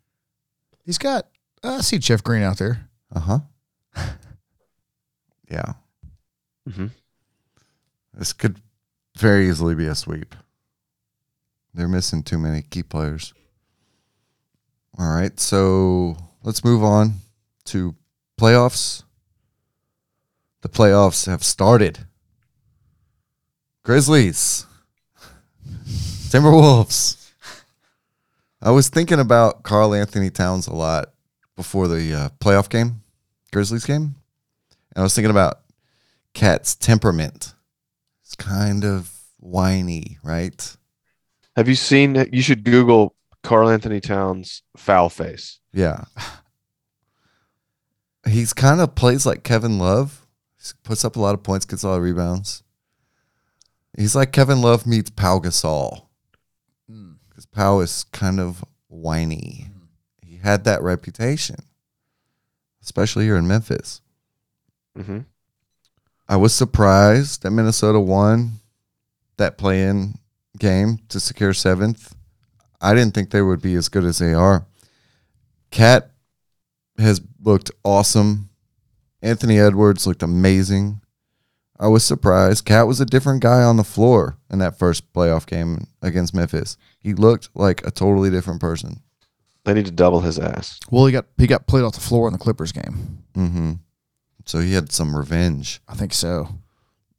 S3: He's got uh, I see Jeff Green out there.
S1: Uh huh. yeah.
S2: Mhm.
S1: This could very easily be a sweep. They're missing too many key players. All right, so let's move on to playoffs. The playoffs have started. Grizzlies, Timberwolves. I was thinking about Carl Anthony Towns a lot before the uh, playoff game, Grizzlies game, and I was thinking about Cat's temperament. It's kind of whiny, right?
S2: have you seen? You should Google Carl Anthony Towns foul face.
S1: Yeah. He's kind of plays like Kevin Love. He puts up a lot of points, gets a lot of rebounds. He's like Kevin Love meets Pau Gasol because Pau is kind of whiny. He had that reputation, especially here in Memphis.
S2: Mm-hmm.
S1: I was surprised that Minnesota won that play in game to secure seventh. I didn't think they would be as good as they are. Cat has looked awesome. Anthony Edwards looked amazing. I was surprised. Cat was a different guy on the floor in that first playoff game against Memphis. He looked like a totally different person.
S2: They need to double his ass.
S3: Well, he got he got played off the floor in the Clippers game.
S1: hmm So he had some revenge.
S3: I think so.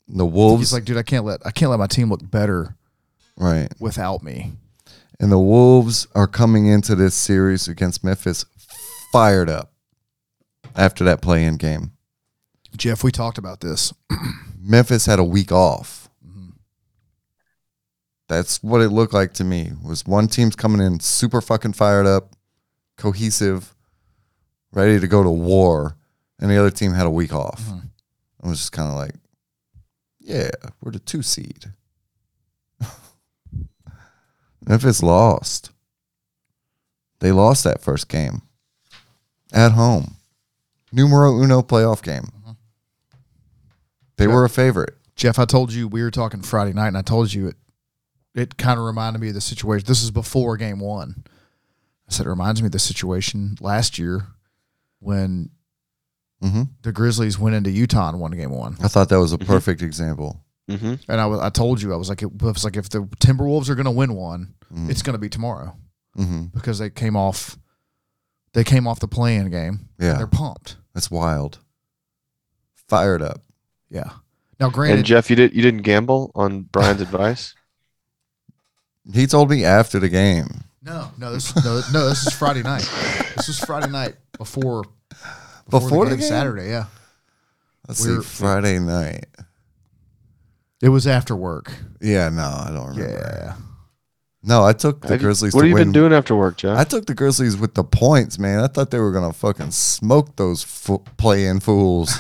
S1: The Wolves,
S3: He's like, dude, I can't let I can't let my team look better
S1: right?
S3: without me.
S1: And the Wolves are coming into this series against Memphis fired up after that play in game.
S3: Jeff, we talked about this.
S1: Memphis had a week off.
S3: Mhm.
S1: That's what it looked like to me. Was one team's coming in super fucking fired up, cohesive, ready to go to war, and the other team had a week off. I was just kind of like, yeah, we're the two seed. Memphis lost. They lost that first game at home. Numero uno playoff game. They were a favorite.
S3: Jeff, I told you we were talking Friday night, and I told you it. It kind of reminded me of the situation. This is before Game One. I said it reminds me of the situation last year when
S1: hmm
S3: the Grizzlies went into Utah and won Game One.
S1: I thought that was a perfect example.
S2: Mm-hmm.
S3: And I was, I told you I was like, it was like if the Timberwolves are going to win one,
S1: Mm-hmm.
S3: it's going to be tomorrow
S1: hmm
S3: because they came off, they came off the playing game.
S1: Yeah.
S3: and they're pumped.
S1: That's wild. Fired up.
S3: Yeah. Now,
S2: And
S3: granted,
S2: Jeff, you did you didn't gamble on Brian's advice?
S1: He told me after the game.
S3: no, no, this, no, no, this is Friday night. This was Friday night before before,
S1: Before the
S3: the game
S1: game?
S3: Saturday. Yeah,
S1: Let's
S3: We're-
S1: see, Friday night.
S3: it was after work.
S1: Yeah, no, I don't remember.
S3: Yeah,
S1: No, I took the
S2: Have you-
S1: Grizzlies
S2: what
S1: to
S2: have you
S1: win.
S2: been doing after work, Jeff?
S1: I took the Grizzlies with the points, man. I thought they were gonna fucking smoke those fo- playing fools.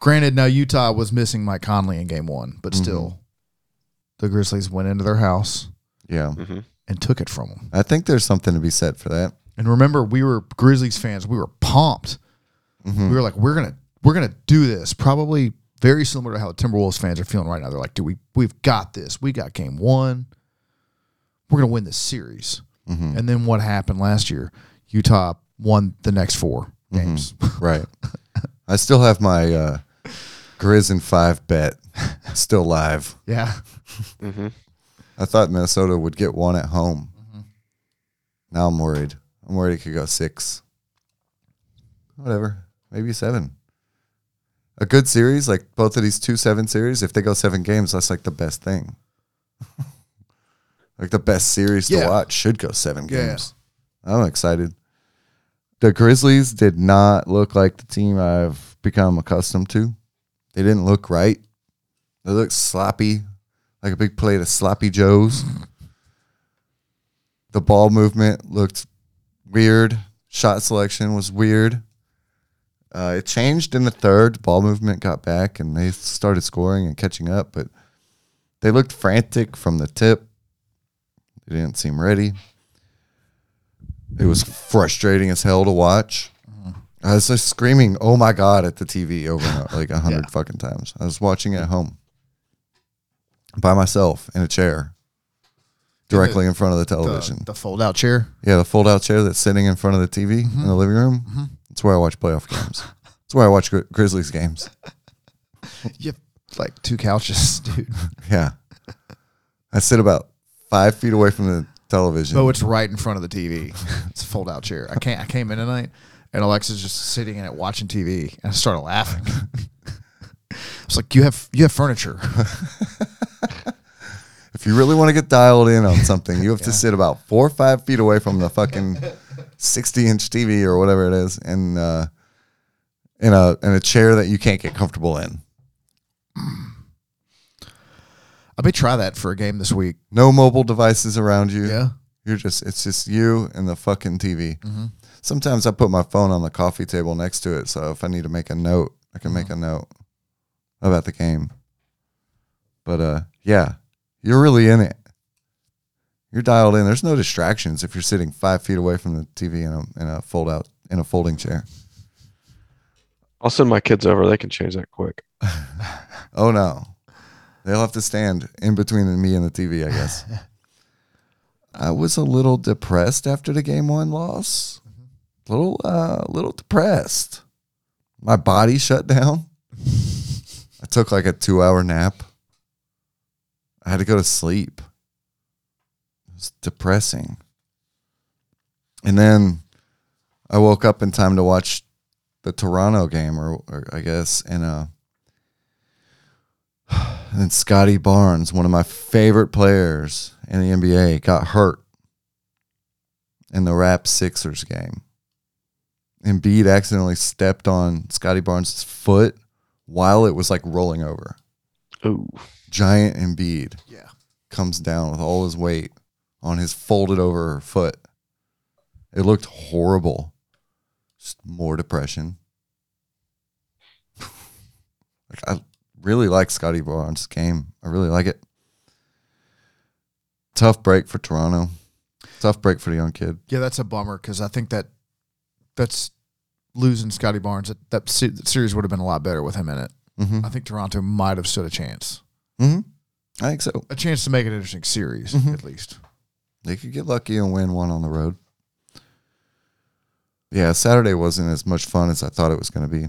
S3: Granted, now Utah was missing Mike Conley in game one, but
S1: Mm-hmm.
S3: still, the Grizzlies went into their house
S1: yeah,
S2: mm-hmm.
S3: and took it from them.
S1: I think there's something to be said for that.
S3: And remember, we were Grizzlies fans. We were pumped. We were like, we're gonna we're gonna do this. Probably very similar to how the Timberwolves fans are feeling right now. They're like, dude, we we've got this. We got game one. We're gonna win this series. And then what happened last year? Utah won the next four games.
S1: Right. I still have my uh, Grizz and five bet still live.
S3: yeah.
S2: Mm-hmm.
S1: I thought Minnesota would get one at home. Now I'm worried. I'm worried it could go six. Whatever. Maybe seven. A good series, like both of these two seven series, if they go seven games, that's like the best thing. like the best series
S3: Yeah.
S1: to watch should go seven
S3: Yeah.
S1: games. I'm excited. The Grizzlies did not look like the team I've become accustomed to. They didn't look right. They looked sloppy, like a big plate of sloppy joes. the ball movement looked weird. Shot selection was weird. Uh, it changed in the third. Ball movement got back, and they started scoring and catching up. But they looked frantic from the tip. They didn't seem ready. It was frustrating as hell to watch. I was just screaming, "Oh my god!" at the TV over and over, like a hundred fucking times. I was watching at home by myself in a chair, directly in front of the television.
S3: The, the fold out chair.
S1: Yeah, the fold out chair that's sitting in front of the TV
S3: Mm-hmm.
S1: in the living room. That's where I watch playoff games. That's where I watch Gri- Grizzlies games.
S3: Yep. Like two couches, dude.
S1: Yeah. I sit about five feet away from the television.
S3: But it's right in front of the TV. It's a fold out chair. I can't I came in tonight and Alexa's just sitting in it watching TV and I started laughing. It's like you have you have furniture.
S1: if you really want to get dialed in on something, you have to sit about four or five feet away from the fucking 60 inch TV or whatever it is and uh, in, a, in a chair that you can't get comfortable in.
S3: I may try that for a game this week.
S1: No mobile devices around you.
S3: Yeah.
S1: You're just it's just you and the fucking TV. Sometimes I put my phone on the coffee table next to it, so if I need to make a note, I can make a note about the game. But uh yeah, you're really in it. You're dialed in. There's no distractions if you're sitting five feet away from the TV in a in a fold out in a folding chair.
S2: I'll send my kids over. They can change that quick.
S1: Oh no. They'll have to stand in between me and the TV, I guess. I was a little depressed after the game one loss. Little uh little depressed. My body shut down. I took like a 2-hour nap. I had to go to sleep. It was depressing. And then I woke up in time to watch the Toronto game or, or I guess and uh and then Scotty Barnes, one of my favorite players in the NBA, got hurt in the Rap Sixers game. Embiid accidentally stepped on Scotty Barnes' foot while it was like rolling over.
S2: Ooh.
S1: Giant Embiid
S3: Yeah.
S1: comes down with all his weight on his folded over foot It looked horrible. Just more depression. like I really like Scotty Barnes' game. I really like it. Tough break for Toronto. Tough break for the young kid.
S3: Yeah, that's a bummer because I think that that's losing Scotty Barnes. That, that se- that series would have been a lot better with him in it.
S1: Mm-hmm.
S3: I think Toronto might have stood a chance,
S1: Mm-hmm. I think so.
S3: a chance to make an interesting series
S1: Mhm.
S3: at least.
S1: They could get lucky and win one on the road. Yeah, Saturday wasn't as much fun as I thought it was going to be.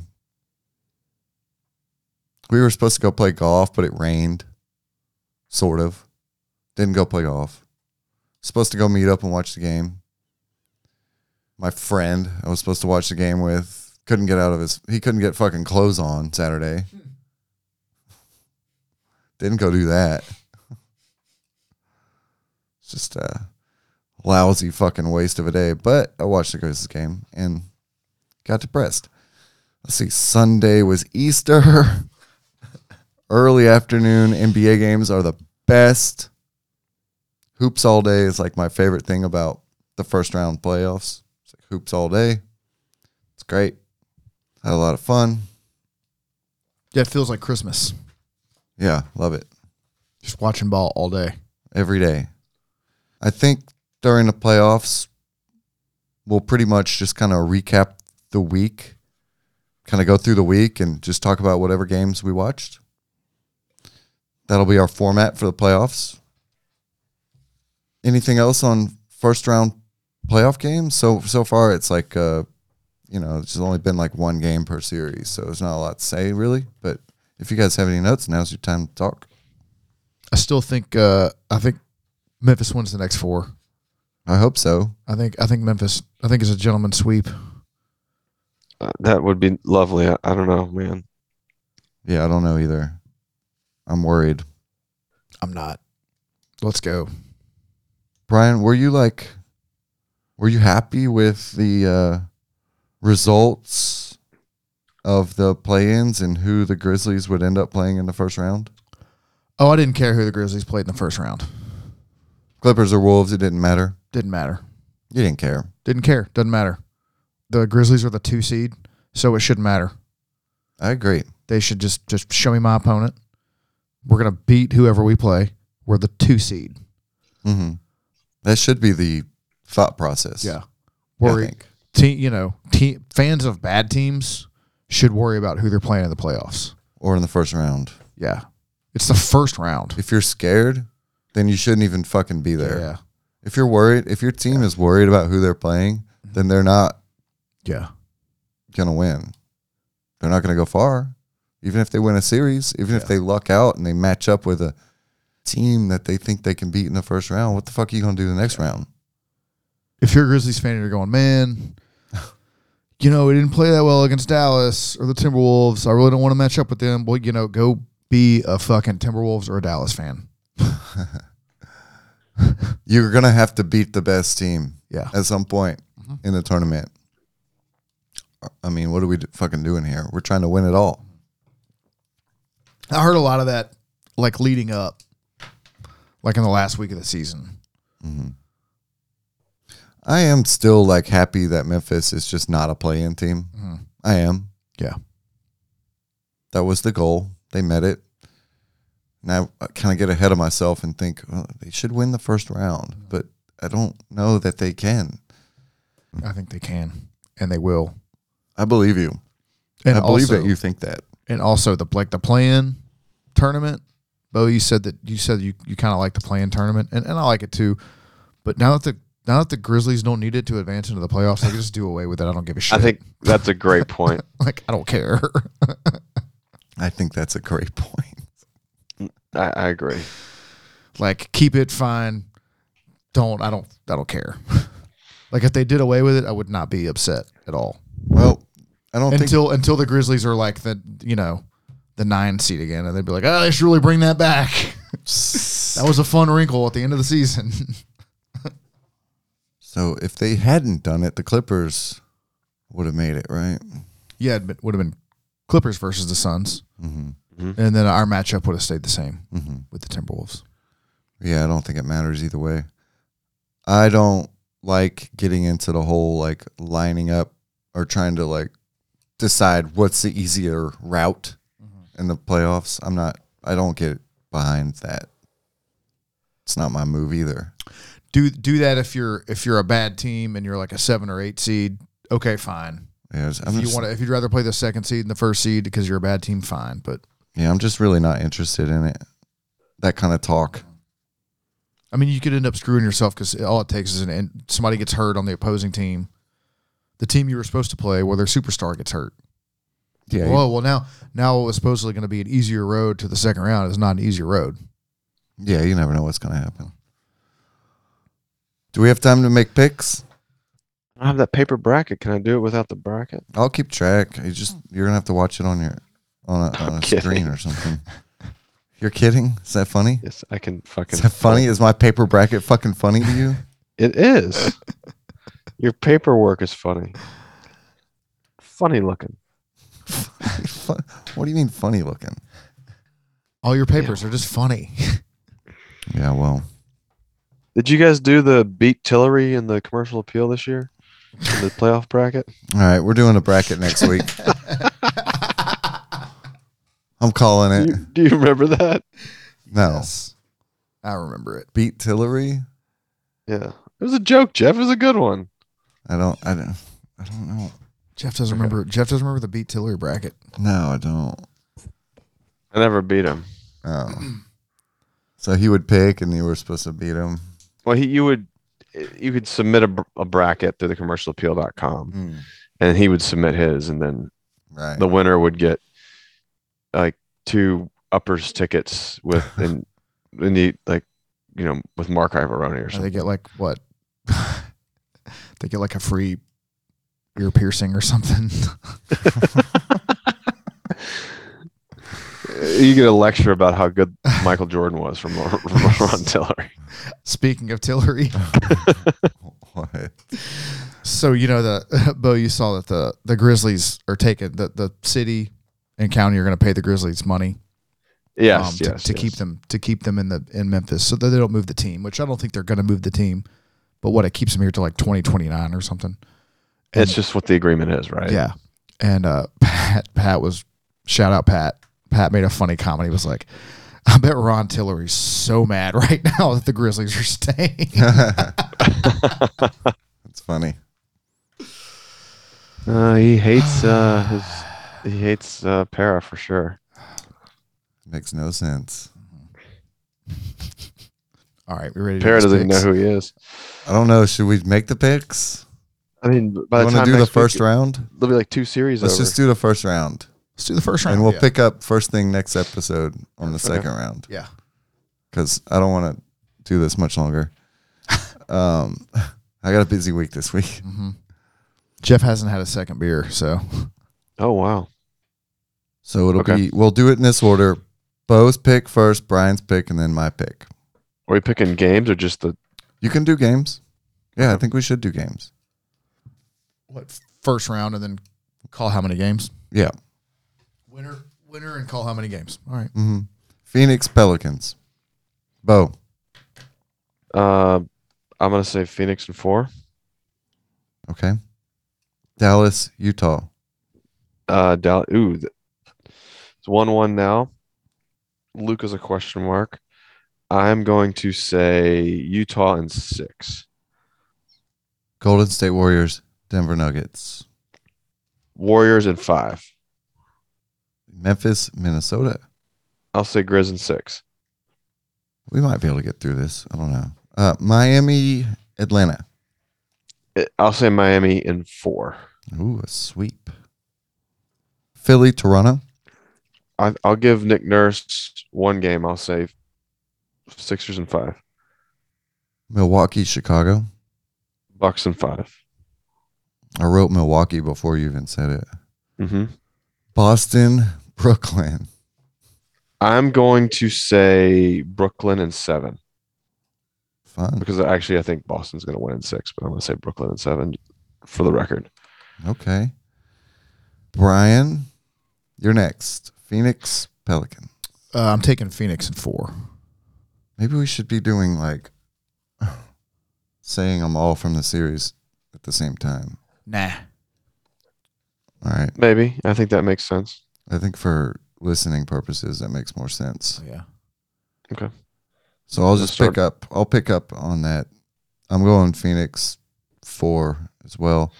S1: We were supposed to go play golf, but it rained. Sort of. Didn't go play golf. Supposed to go meet up and watch the game. My friend I was supposed to watch the game with couldn't get out of his he couldn't get fucking clothes on Saturday. Didn't go do that. It's just a lousy fucking waste of a day. But I watched the Grizzlies game and got depressed. Let's see. Sunday was Easter. Early afternoon NBA games are the best. Hoops all day is like my favorite thing about the first round playoffs. It's like hoops all day. It's great. Had a lot of fun.
S3: Yeah, it feels like Christmas.
S1: Yeah, love it.
S3: Just watching ball all day.
S1: every day. I think during the playoffs, we'll pretty much just kind of recap the week, kind of go through the week and just talk about whatever games we watched. That'll be our format for the playoffs. Anything else on first round playoff games? So so far, it's like uh, you know, it's only been like one game per series, so there's not a lot to say really. But if you guys have any notes, now's your time to talk.
S3: I still think uh, I think Memphis wins the next four.
S1: I hope so.
S3: I think I think Memphis. I think it's a gentleman sweep.
S2: Uh, that would be lovely. I, I don't know, man.
S1: Yeah, I don't know either. I'm worried.
S3: I'm not. Let's go.
S1: Brian, were you like were you happy with the uh results of the play-ins and who the Grizzlies would end up playing in the first round?
S3: Oh, I didn't care who the Grizzlies played in the first round.
S1: Clippers or Wolves, it didn't matter.
S3: Didn't matter.
S1: You didn't care.
S3: Didn't care. Doesn't matter. The Grizzlies are the two seed, so it shouldn't matter.
S1: I agree.
S3: They should just just show me my opponent. We're gonna beat whoever we play. We're the two seed.
S1: Mhm. That should be the thought process. I
S3: Worry.
S1: think.
S3: Team, you know, team, fans of bad teams should worry about who they're playing in the playoffs.
S1: Or in the first round.
S3: Yeah. It's the first round.
S1: If you're scared, then you shouldn't even fucking be there.
S3: Yeah.
S1: If you're worried, if your team is worried about who they're playing, then they're not
S3: Yeah.
S1: going to win. They're not going to go far. Even if they win a series, even if
S3: Yeah.
S1: they luck out and they match up with a team that they think they can beat in the first round, what the fuck are you going to do the next round?
S3: if you're a Grizzlies fan and you're going, man, you know, we didn't play that well against Dallas or the Timberwolves. I really don't want to match up with them. Well, you know, go be a fucking Timberwolves or a Dallas fan.
S1: You're going to have to beat the best team
S3: Yeah.
S1: at some point in the tournament. I mean, what are we do- fucking doing here? We're trying to win it all.
S3: I heard a lot of that like leading up, like in the last week of the season.
S1: I am still like happy that Memphis is just not a play in team.
S3: Mm-hmm.
S1: I am.
S3: Yeah.
S1: That was the goal. They met it. Now I kind of get ahead of myself and think well, they should win the first round, but I don't know that they can.
S3: I think they can and they will.
S1: I believe you.
S3: And
S1: I believe
S3: also,
S1: that you think that.
S3: And also the like the play-in tournament. Bo, you said that you said you, you kind of like the play-in tournament, and, and I like it too. But now that the now that the Grizzlies don't need it to advance into the playoffs, they can just do away with it. I don't give a shit.
S2: I think that's a great point.
S3: like I don't care.
S1: I think that's a great point.
S2: I, I agree.
S3: like keep it fine. Don't I don't I don't care. like if they did away with it, I would not be upset at all.
S1: Well, I don't think
S3: Until until the Grizzlies are like the you know the nine seed again, and they'd be like, oh, they should really bring that back. that was a fun wrinkle at the end of the season.
S1: so. If they hadn't done it, the Clippers would have made it, right?
S3: yeah, it would have been Clippers versus the Suns,
S1: hmm
S3: and then our matchup would have stayed the same
S1: hmm
S3: with the Timberwolves.
S1: Yeah, I don't think it matters either way. I don't like getting into the whole like lining up or trying to like decide what's the easier route
S3: Mm-hmm.
S1: in the playoffs. I'm not. I don't get behind that. It's not my move either.
S3: Do do that if you're if you're a bad team and you're like a seven or eight seed. Okay, fine.
S1: Yeah, it's- I'm
S3: if
S1: just,
S3: you want to, if you'd rather play the second seed and the first seed because you're a bad team, fine. But
S1: yeah, I'm just really not interested in it. That kind of talk.
S3: I mean, you could end up screwing yourself because all it takes is an and somebody gets hurt on the opposing team, the team you were supposed to play, where their superstar gets hurt.
S1: Yeah,
S3: Whoa, well now now what was supposedly going to be an easier road to the second round is not an easier road.
S1: Yeah, you never know what's going to happen. Do we have time to make picks?
S2: I have that paper bracket. Can I do it without the bracket?
S1: I'll keep track. You just you're gonna have to watch it on your on a, on a
S2: kidding.
S1: screen or something. You're kidding? Is that funny?
S2: Yes, I can fucking.
S1: Is that funny? Is my paper bracket fucking funny to you?
S2: It is. Your paperwork is funny. Funny looking.
S1: Fu- what do you mean funny looking?
S3: All your papers are just funny.
S1: Yeah, well,
S2: Did you guys do the beat Tillery in the commercial appeal this year? In the playoff bracket?
S1: all right, we're doing a bracket next week. I'm calling
S2: Do
S1: it.
S2: you, do you remember that?
S1: no,
S3: Yes. I remember it.
S1: beat Tillery.
S2: Yeah. It was a joke, Jeff. It was a good one.
S1: I don't. I don't. I don't know.
S3: Jeff doesn't remember. Jeff doesn't remember the beat Tillery bracket.
S1: No, I don't.
S2: I never beat him.
S1: Oh. So he would pick, and you were supposed to beat him.
S2: Well, he, you would you could submit a, br- a bracket through the commercialappeal.com and he would submit his and then
S1: Right.
S2: the winner would get like two uppers tickets with and and you like you know with Mark Ivoroni or
S3: They
S2: something.
S3: get like what? they get like a free ear piercing or something.
S2: You get a lecture about how good Michael Jordan was from, Lor- from Ron Tillery.
S3: Um, Speaking of Tillery,
S1: What?
S3: so you know the Bo, you saw that the the Grizzlies are taking the the city and county are going to pay the Grizzlies money um,
S2: Yes,
S3: to,
S2: yes,
S3: to
S2: yes.
S3: keep them to keep them in the in Memphis so that they don't move the team, which I don't think they're going to move the team. But what it keeps them here to like twenty twenty nine or something.
S2: It's just what the agreement is, right?
S3: Yeah. And uh, Pat Pat was shout out Pat. Pat made a funny comment. He was like, I bet Ron Tillery's so mad right now that the Grizzlies are staying.
S1: It's funny.
S2: Uh, he hates uh, his he hates uh, Para for sure.
S1: Makes no sense.
S3: All right, we ready to
S2: Para
S3: do
S2: doesn't
S3: these
S2: even know
S3: picks?
S2: who he is.
S1: I don't know. Should we make the picks?
S2: I mean, by
S1: You
S2: the
S1: want to
S2: time
S1: do the
S2: next
S1: first
S2: week,
S1: round?
S2: there'll be like two series
S1: Let's
S2: over.
S1: just do the first round,
S3: Let's do the first round.
S1: and we'll
S3: yeah.
S1: pick up first thing next episode on the
S2: Okay.
S1: second round
S3: Yeah.
S1: because I don't want to do this much longer. Um, I got a busy week this week.
S3: Mm-hmm. Jeff hasn't had a second beer, so
S2: oh wow,
S1: So it'll
S2: Okay.
S1: be we'll do it in this order: Bo's pick first, Brian's pick, and then my pick.
S2: are we picking games or just the?
S1: You can do games. Yeah, I think we should do games.
S3: what first round and then call how many games?
S1: Yeah.
S3: Winner winner and call how many games. All right.
S1: hmm Phoenix Pelicans. Bo.
S2: Uh, I'm gonna say Phoenix and four.
S1: Okay. Dallas, Utah.
S2: Uh, Dallas. Ooh, th- it's one one now. Luke is a question mark. I'm going to say Utah and six.
S1: Golden State Warriors, Denver Nuggets.
S2: Warriors and five.
S1: Memphis, Minnesota.
S2: I'll say Grizz and six.
S1: We might be able to get through this. I don't know. Uh, Miami, Atlanta.
S2: I- I'll say Miami in four.
S1: Ooh, a sweep. Philly, Toronto.
S2: I, I'll give Nick Nurse one game. I'll say Sixers and five.
S1: Milwaukee, Chicago.
S2: Bucks and five.
S1: I wrote Milwaukee before you even said it.
S2: Mm-hmm.
S1: Boston, Brooklyn.
S2: I'm going to say Brooklyn and seven
S1: Fun.
S2: because actually I think Boston's going to win in six, but I'm going to say Brooklyn and seven for the record.
S1: Okay. Brian, you're next. Phoenix, Pelican.
S3: Uh, I'm taking Phoenix in four.
S1: Maybe we should be doing like saying them all from the series at the same time.
S3: Nah.
S1: All right.
S2: Maybe. I think that makes sense.
S1: I think for listening purposes, that makes more sense.
S3: Yeah.
S1: So I'll
S2: Let's
S1: just pick
S2: start.
S1: up. I'll pick up on that. I'm going Phoenix four as well.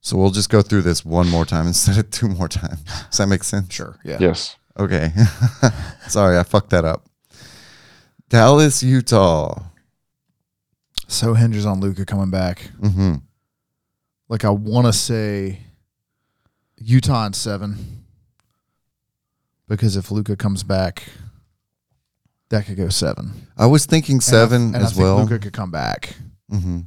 S1: So we'll just go through this one more time instead of two more times. Does that make sense?
S3: Sure. Yeah.
S2: Yes.
S1: Okay. Sorry, I fucked that up. Dallas, Utah.
S3: So hinges on Luca coming back.
S1: hmm
S3: Like I want to say Utah in seven because if Luca comes back, that could go seven.
S1: I was thinking seven
S3: and I, and
S1: as
S3: I think
S1: well.
S3: Luca could come back.
S1: hmm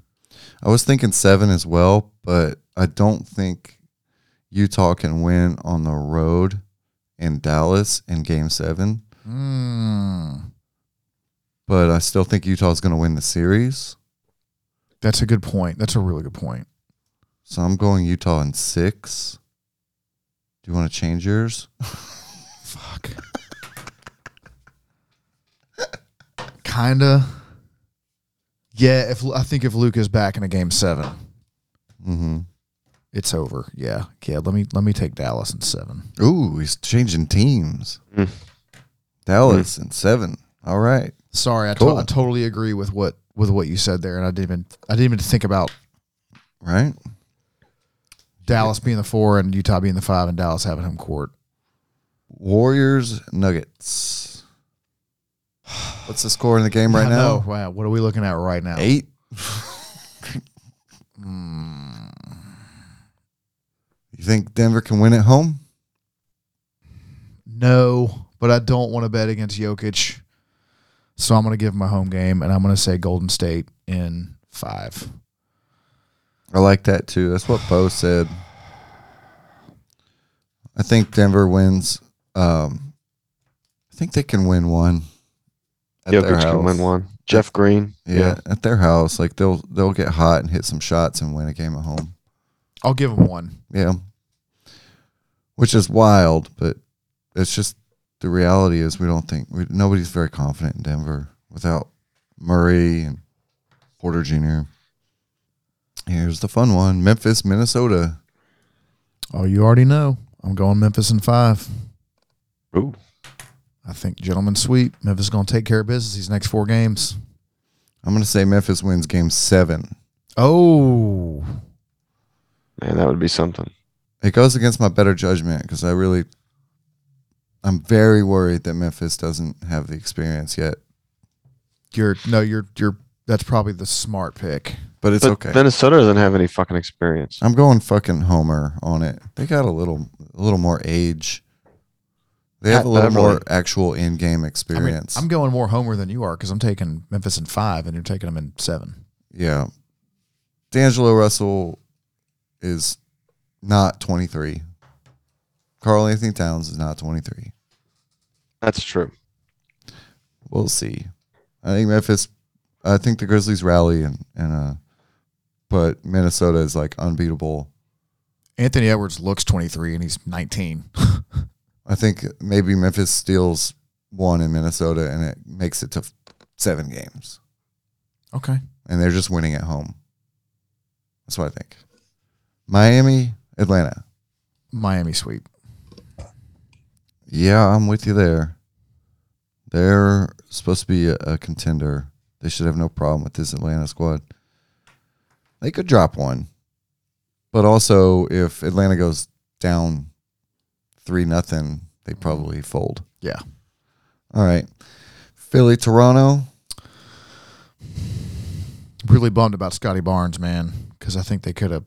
S1: I was thinking seven as well, but I don't think Utah can win on the road in Dallas in Game Seven.
S3: Mm,
S1: But I still think Utah's going to win the series.
S3: that's a good point. That's a really good point.
S1: So I'm going Utah in six. Do you want to change yours?
S3: Fuck. Kinda. Yeah. If I think if Luca's back in a game seven,
S1: hmm
S3: it's over. Yeah. Yeah. Let me let me take Dallas in seven.
S1: Ooh, he's changing teams.
S2: Mm.
S1: Dallas in seven. All right.
S3: Sorry, I, to-
S1: Cool.
S3: I totally agree with what with what you said there, and I didn't even I didn't even think about
S1: Right?
S3: Dallas being the four and Utah being the five, and Dallas having home court.
S1: Warriors, Nuggets. What's the score in the game right
S3: I
S1: now?
S3: know. Wow, what are we looking at right now?
S1: Eight.
S3: Mm,
S1: Hmm. You think Denver can win at home?
S3: no, but I don't want to bet against Jokic, so I'm going to give him a home game, and I'm going to say Golden State in five.
S1: I like that too. That's what Bo said. I think Denver wins. Um, I think they can win one. At their
S2: Jokic can win
S1: house.
S2: one. Jeff Green.
S1: Yeah, at their house, like they'll they'll get hot and hit some shots and win a game at home.
S3: I'll give him one.
S1: Yeah, which is wild, but it's just the reality is we don't think we, nobody's very confident in Denver without Murray and Porter Jr. Here's the fun one: Memphis, Minnesota.
S3: Oh, you already know. I'm going Memphis in five.
S2: Ooh.
S3: I think gentlemen sweep. Memphis is going to take care of business these next four games.
S1: I'm gonna say Memphis wins Game Seven.
S3: Oh,
S2: Man, that would be something.
S1: It goes against my better judgment because I really, I'm very worried that Memphis doesn't have the experience yet.
S3: you're no, you're you're. That's probably the smart pick.
S1: But it's
S2: but
S1: okay.
S2: Minnesota doesn't have any fucking experience.
S1: I'm going fucking Homer on it. They got a little a little more age. They have a little
S2: Definitely.
S1: more actual in-game
S3: I mean,
S1: experience.
S3: I'm going more Homer than you are because I'm taking Memphis in five and you're taking them in seven.
S1: yeah. D'Angelo Russell is not 23. Carl Anthony Towns is not 23.
S2: That's true.
S1: We'll see. I think Memphis I think the Grizzlies rally and and uh but Minnesota is like unbeatable.
S3: Anthony Edwards looks 23 and he's 19.
S1: I think maybe Memphis steals one in Minnesota and it makes it to f- 7 games.
S3: okay.
S1: and they're just winning at home. That's what I think. Miami, Atlanta.
S3: Miami sweep.
S1: Yeah, I'm with you there. They're supposed to be a, a contender. They should have no problem with this Atlanta squad. They could drop one. But also if Atlanta goes down 3 nothing, they probably fold.
S3: Yeah.
S1: All right. Philly, Toronto.
S3: Really bummed about Scotty Barnes, man, because I think they could have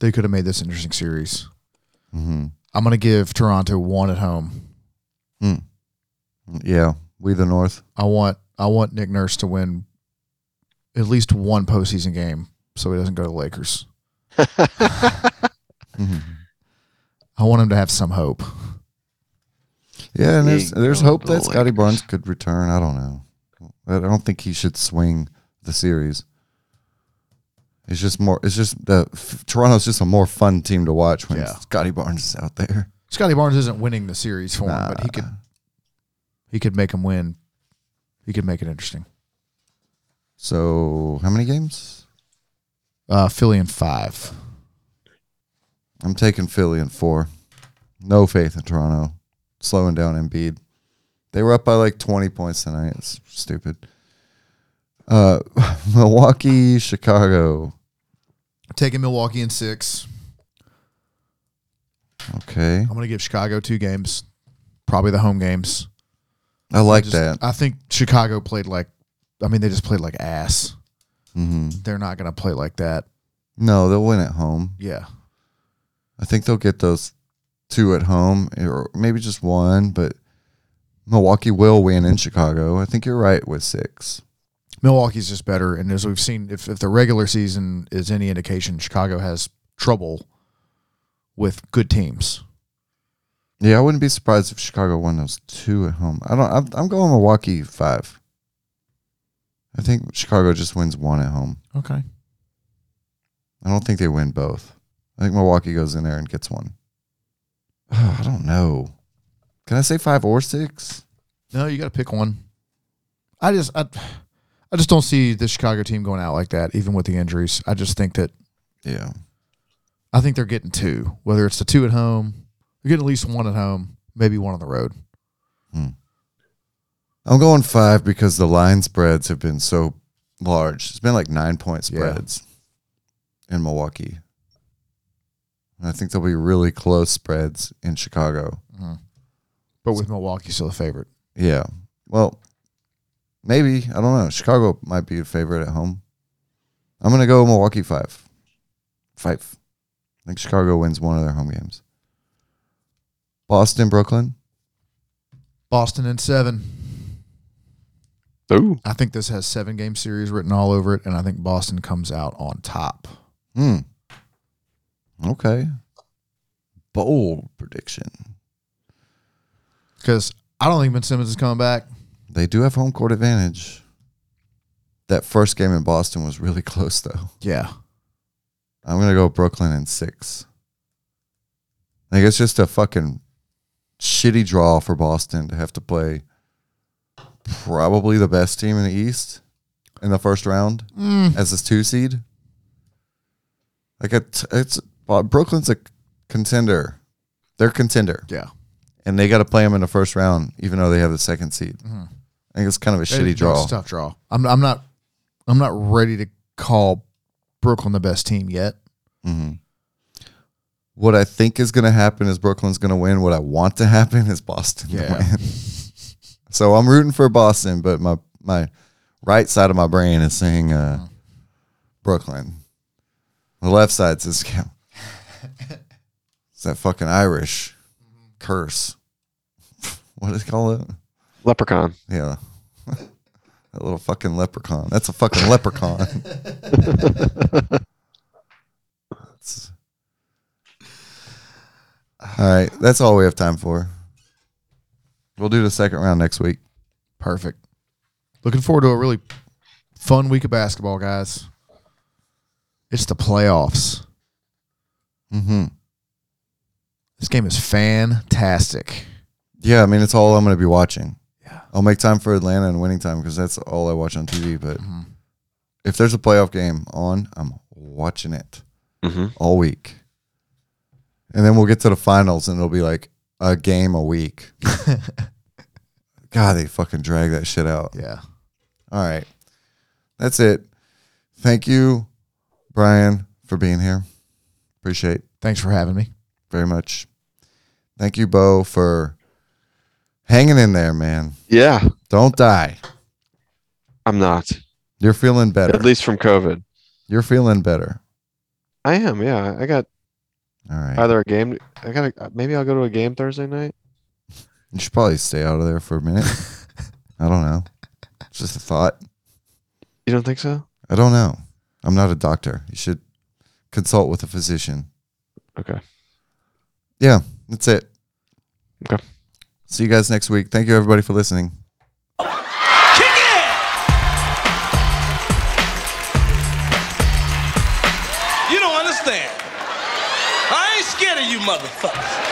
S3: they could have made this interesting series.
S1: Mhm.
S3: I'm gonna give Toronto one at home.
S1: Yeah, we the North.
S3: I want I want Nick Nurse to win at least one postseason game so he doesn't go to the Lakers.
S1: Mhm.
S3: I want him to have some hope.
S1: Yeah, and there's
S2: Yeah,
S1: there's
S2: go
S1: hope
S2: to the
S1: that Scotty
S2: Lakers.
S1: Barnes could return. I don't know. I don't think he should swing the series. It's just more. It's just the f- Toronto's just a more fun team to watch when
S3: Yeah.
S1: Scotty Barnes is out there.
S3: Scotty Barnes isn't winning the series for him,
S1: Nah.
S3: but he could he could make him win. He could make it interesting.
S1: So how many games?
S3: Uh, Philly in five.
S1: I'm taking Philly in four. No faith in Toronto. Slowing down Embiid. They were up by like 20 points tonight. It's stupid. Uh, Milwaukee, Chicago.
S3: Taking Milwaukee in six.
S1: Okay,
S3: I'm going to give Chicago two games, probably the home games.
S1: I like
S3: Just-
S1: that.
S3: I think Chicago played like, I mean, they just played like ass.
S1: hmm
S3: They're not going to play like that.
S1: No, they'll win at home.
S3: Yeah.
S1: I think they'll get those two at home, or maybe just one. But Milwaukee will win in Chicago. I think you're right with six.
S3: Milwaukee's just better. And as we've seen, if, if the regular season is any indication, Chicago has trouble with good teams.
S1: Yeah, I wouldn't be surprised if Chicago won those two at home. I don't. I'm, I'm going Milwaukee five. I think Chicago just wins one at home.
S3: Okay.
S1: I don't think they win both. I think Milwaukee goes in there and gets one. Oh, I don't know. Can I say five or six?
S3: No, you got to pick one. I just, I, I just don't see the Chicago team going out like that, even with the injuries. I just think that
S1: Yeah.
S3: I think they're getting two, whether it's the two at home, they're getting at least one at home, maybe one on the road.
S1: I'm going five because the line spreads have been so large. It's been like nine point
S3: Yeah.
S1: spreads in Milwaukee. And I think there'll be really close spreads in Chicago.
S3: But with Milwaukee still the favorite.
S1: Yeah. Well, maybe. I don't know. Chicago might be a favorite at home. I'm going to go Milwaukee five. Five. I think Chicago wins one of their home games. Boston, Brooklyn.
S3: Boston in seven.
S2: Ooh.
S3: I think this has seven game series written all over it, and I think Boston comes out on top.
S1: Hmm. Okay. Bold prediction.
S3: Because I don't think Ben Simmons is coming back.
S1: They do have home court advantage. That first game in Boston was really close, though.
S3: Yeah.
S1: I'm gonna go Brooklyn in six. I think it's just a fucking shitty draw for Boston to have to play probably the best team in the East in the first round
S3: Mm.
S1: as this two seed. Like it, it's uh, Brooklyn's a contender. They're contender,
S3: Yeah.
S1: and they got to play them in the first round, even though they have the second seed. I think it's kind of a shitty
S3: It's a
S1: draw.
S3: tough draw. I'm, I'm not I'm not ready to call Brooklyn the best team yet.
S1: Mm-hmm. what I think is going to happen is Brooklyn's going to win. What I want to happen is Boston. to
S3: Yeah.
S1: win. so I'm rooting for Boston, but my my right side of my brain is saying uh, Brooklyn. The left side says, "Yeah." it's that fucking Irish curse. what do they call it?
S2: Leprechaun.
S1: Yeah. that little fucking leprechaun. That's a fucking leprechaun. It's- all right. That's all we have time for. We'll do the second round next week.
S3: Perfect. Looking forward to a really fun week of basketball, guys. It's the playoffs.
S1: Mm-hmm.
S3: This game is fantastic.
S1: Yeah. I mean, it's all I'm going to be watching.
S3: Yeah.
S1: I'll make time for Atlanta and winning time because that's all I watch on TV. But
S3: Mm-hmm.
S1: if there's a playoff game on, I'm watching it.
S2: Mm-hmm.
S1: all week. And then we'll get to the finals and it'll be like a game a week. God, they fucking drag that shit out.
S3: Yeah.
S1: All right. That's it. Thank you, Brian, for being here. Appreciate
S3: Thanks for having me.
S1: very much. Thank you, Bo, for hanging in there, man.
S2: Yeah,
S1: Don't die.
S2: I'm not.
S1: You're feeling better.
S2: At least from COVID.
S1: You're feeling better.
S2: I am. Yeah, I got
S1: All right.
S2: either a game. I got a, maybe I'll go to a game Thursday night.
S1: You should probably stay out of there for a minute. I don't know. It's just a thought.
S2: You don't think so?
S1: I don't know. I'm not a doctor. You should consult with a physician.
S2: Okay.
S1: Yeah, that's it.
S2: Okay.
S1: See you guys next week. Thank you, everybody, for listening.
S4: You don't understand. I ain't scared of you motherfuckers.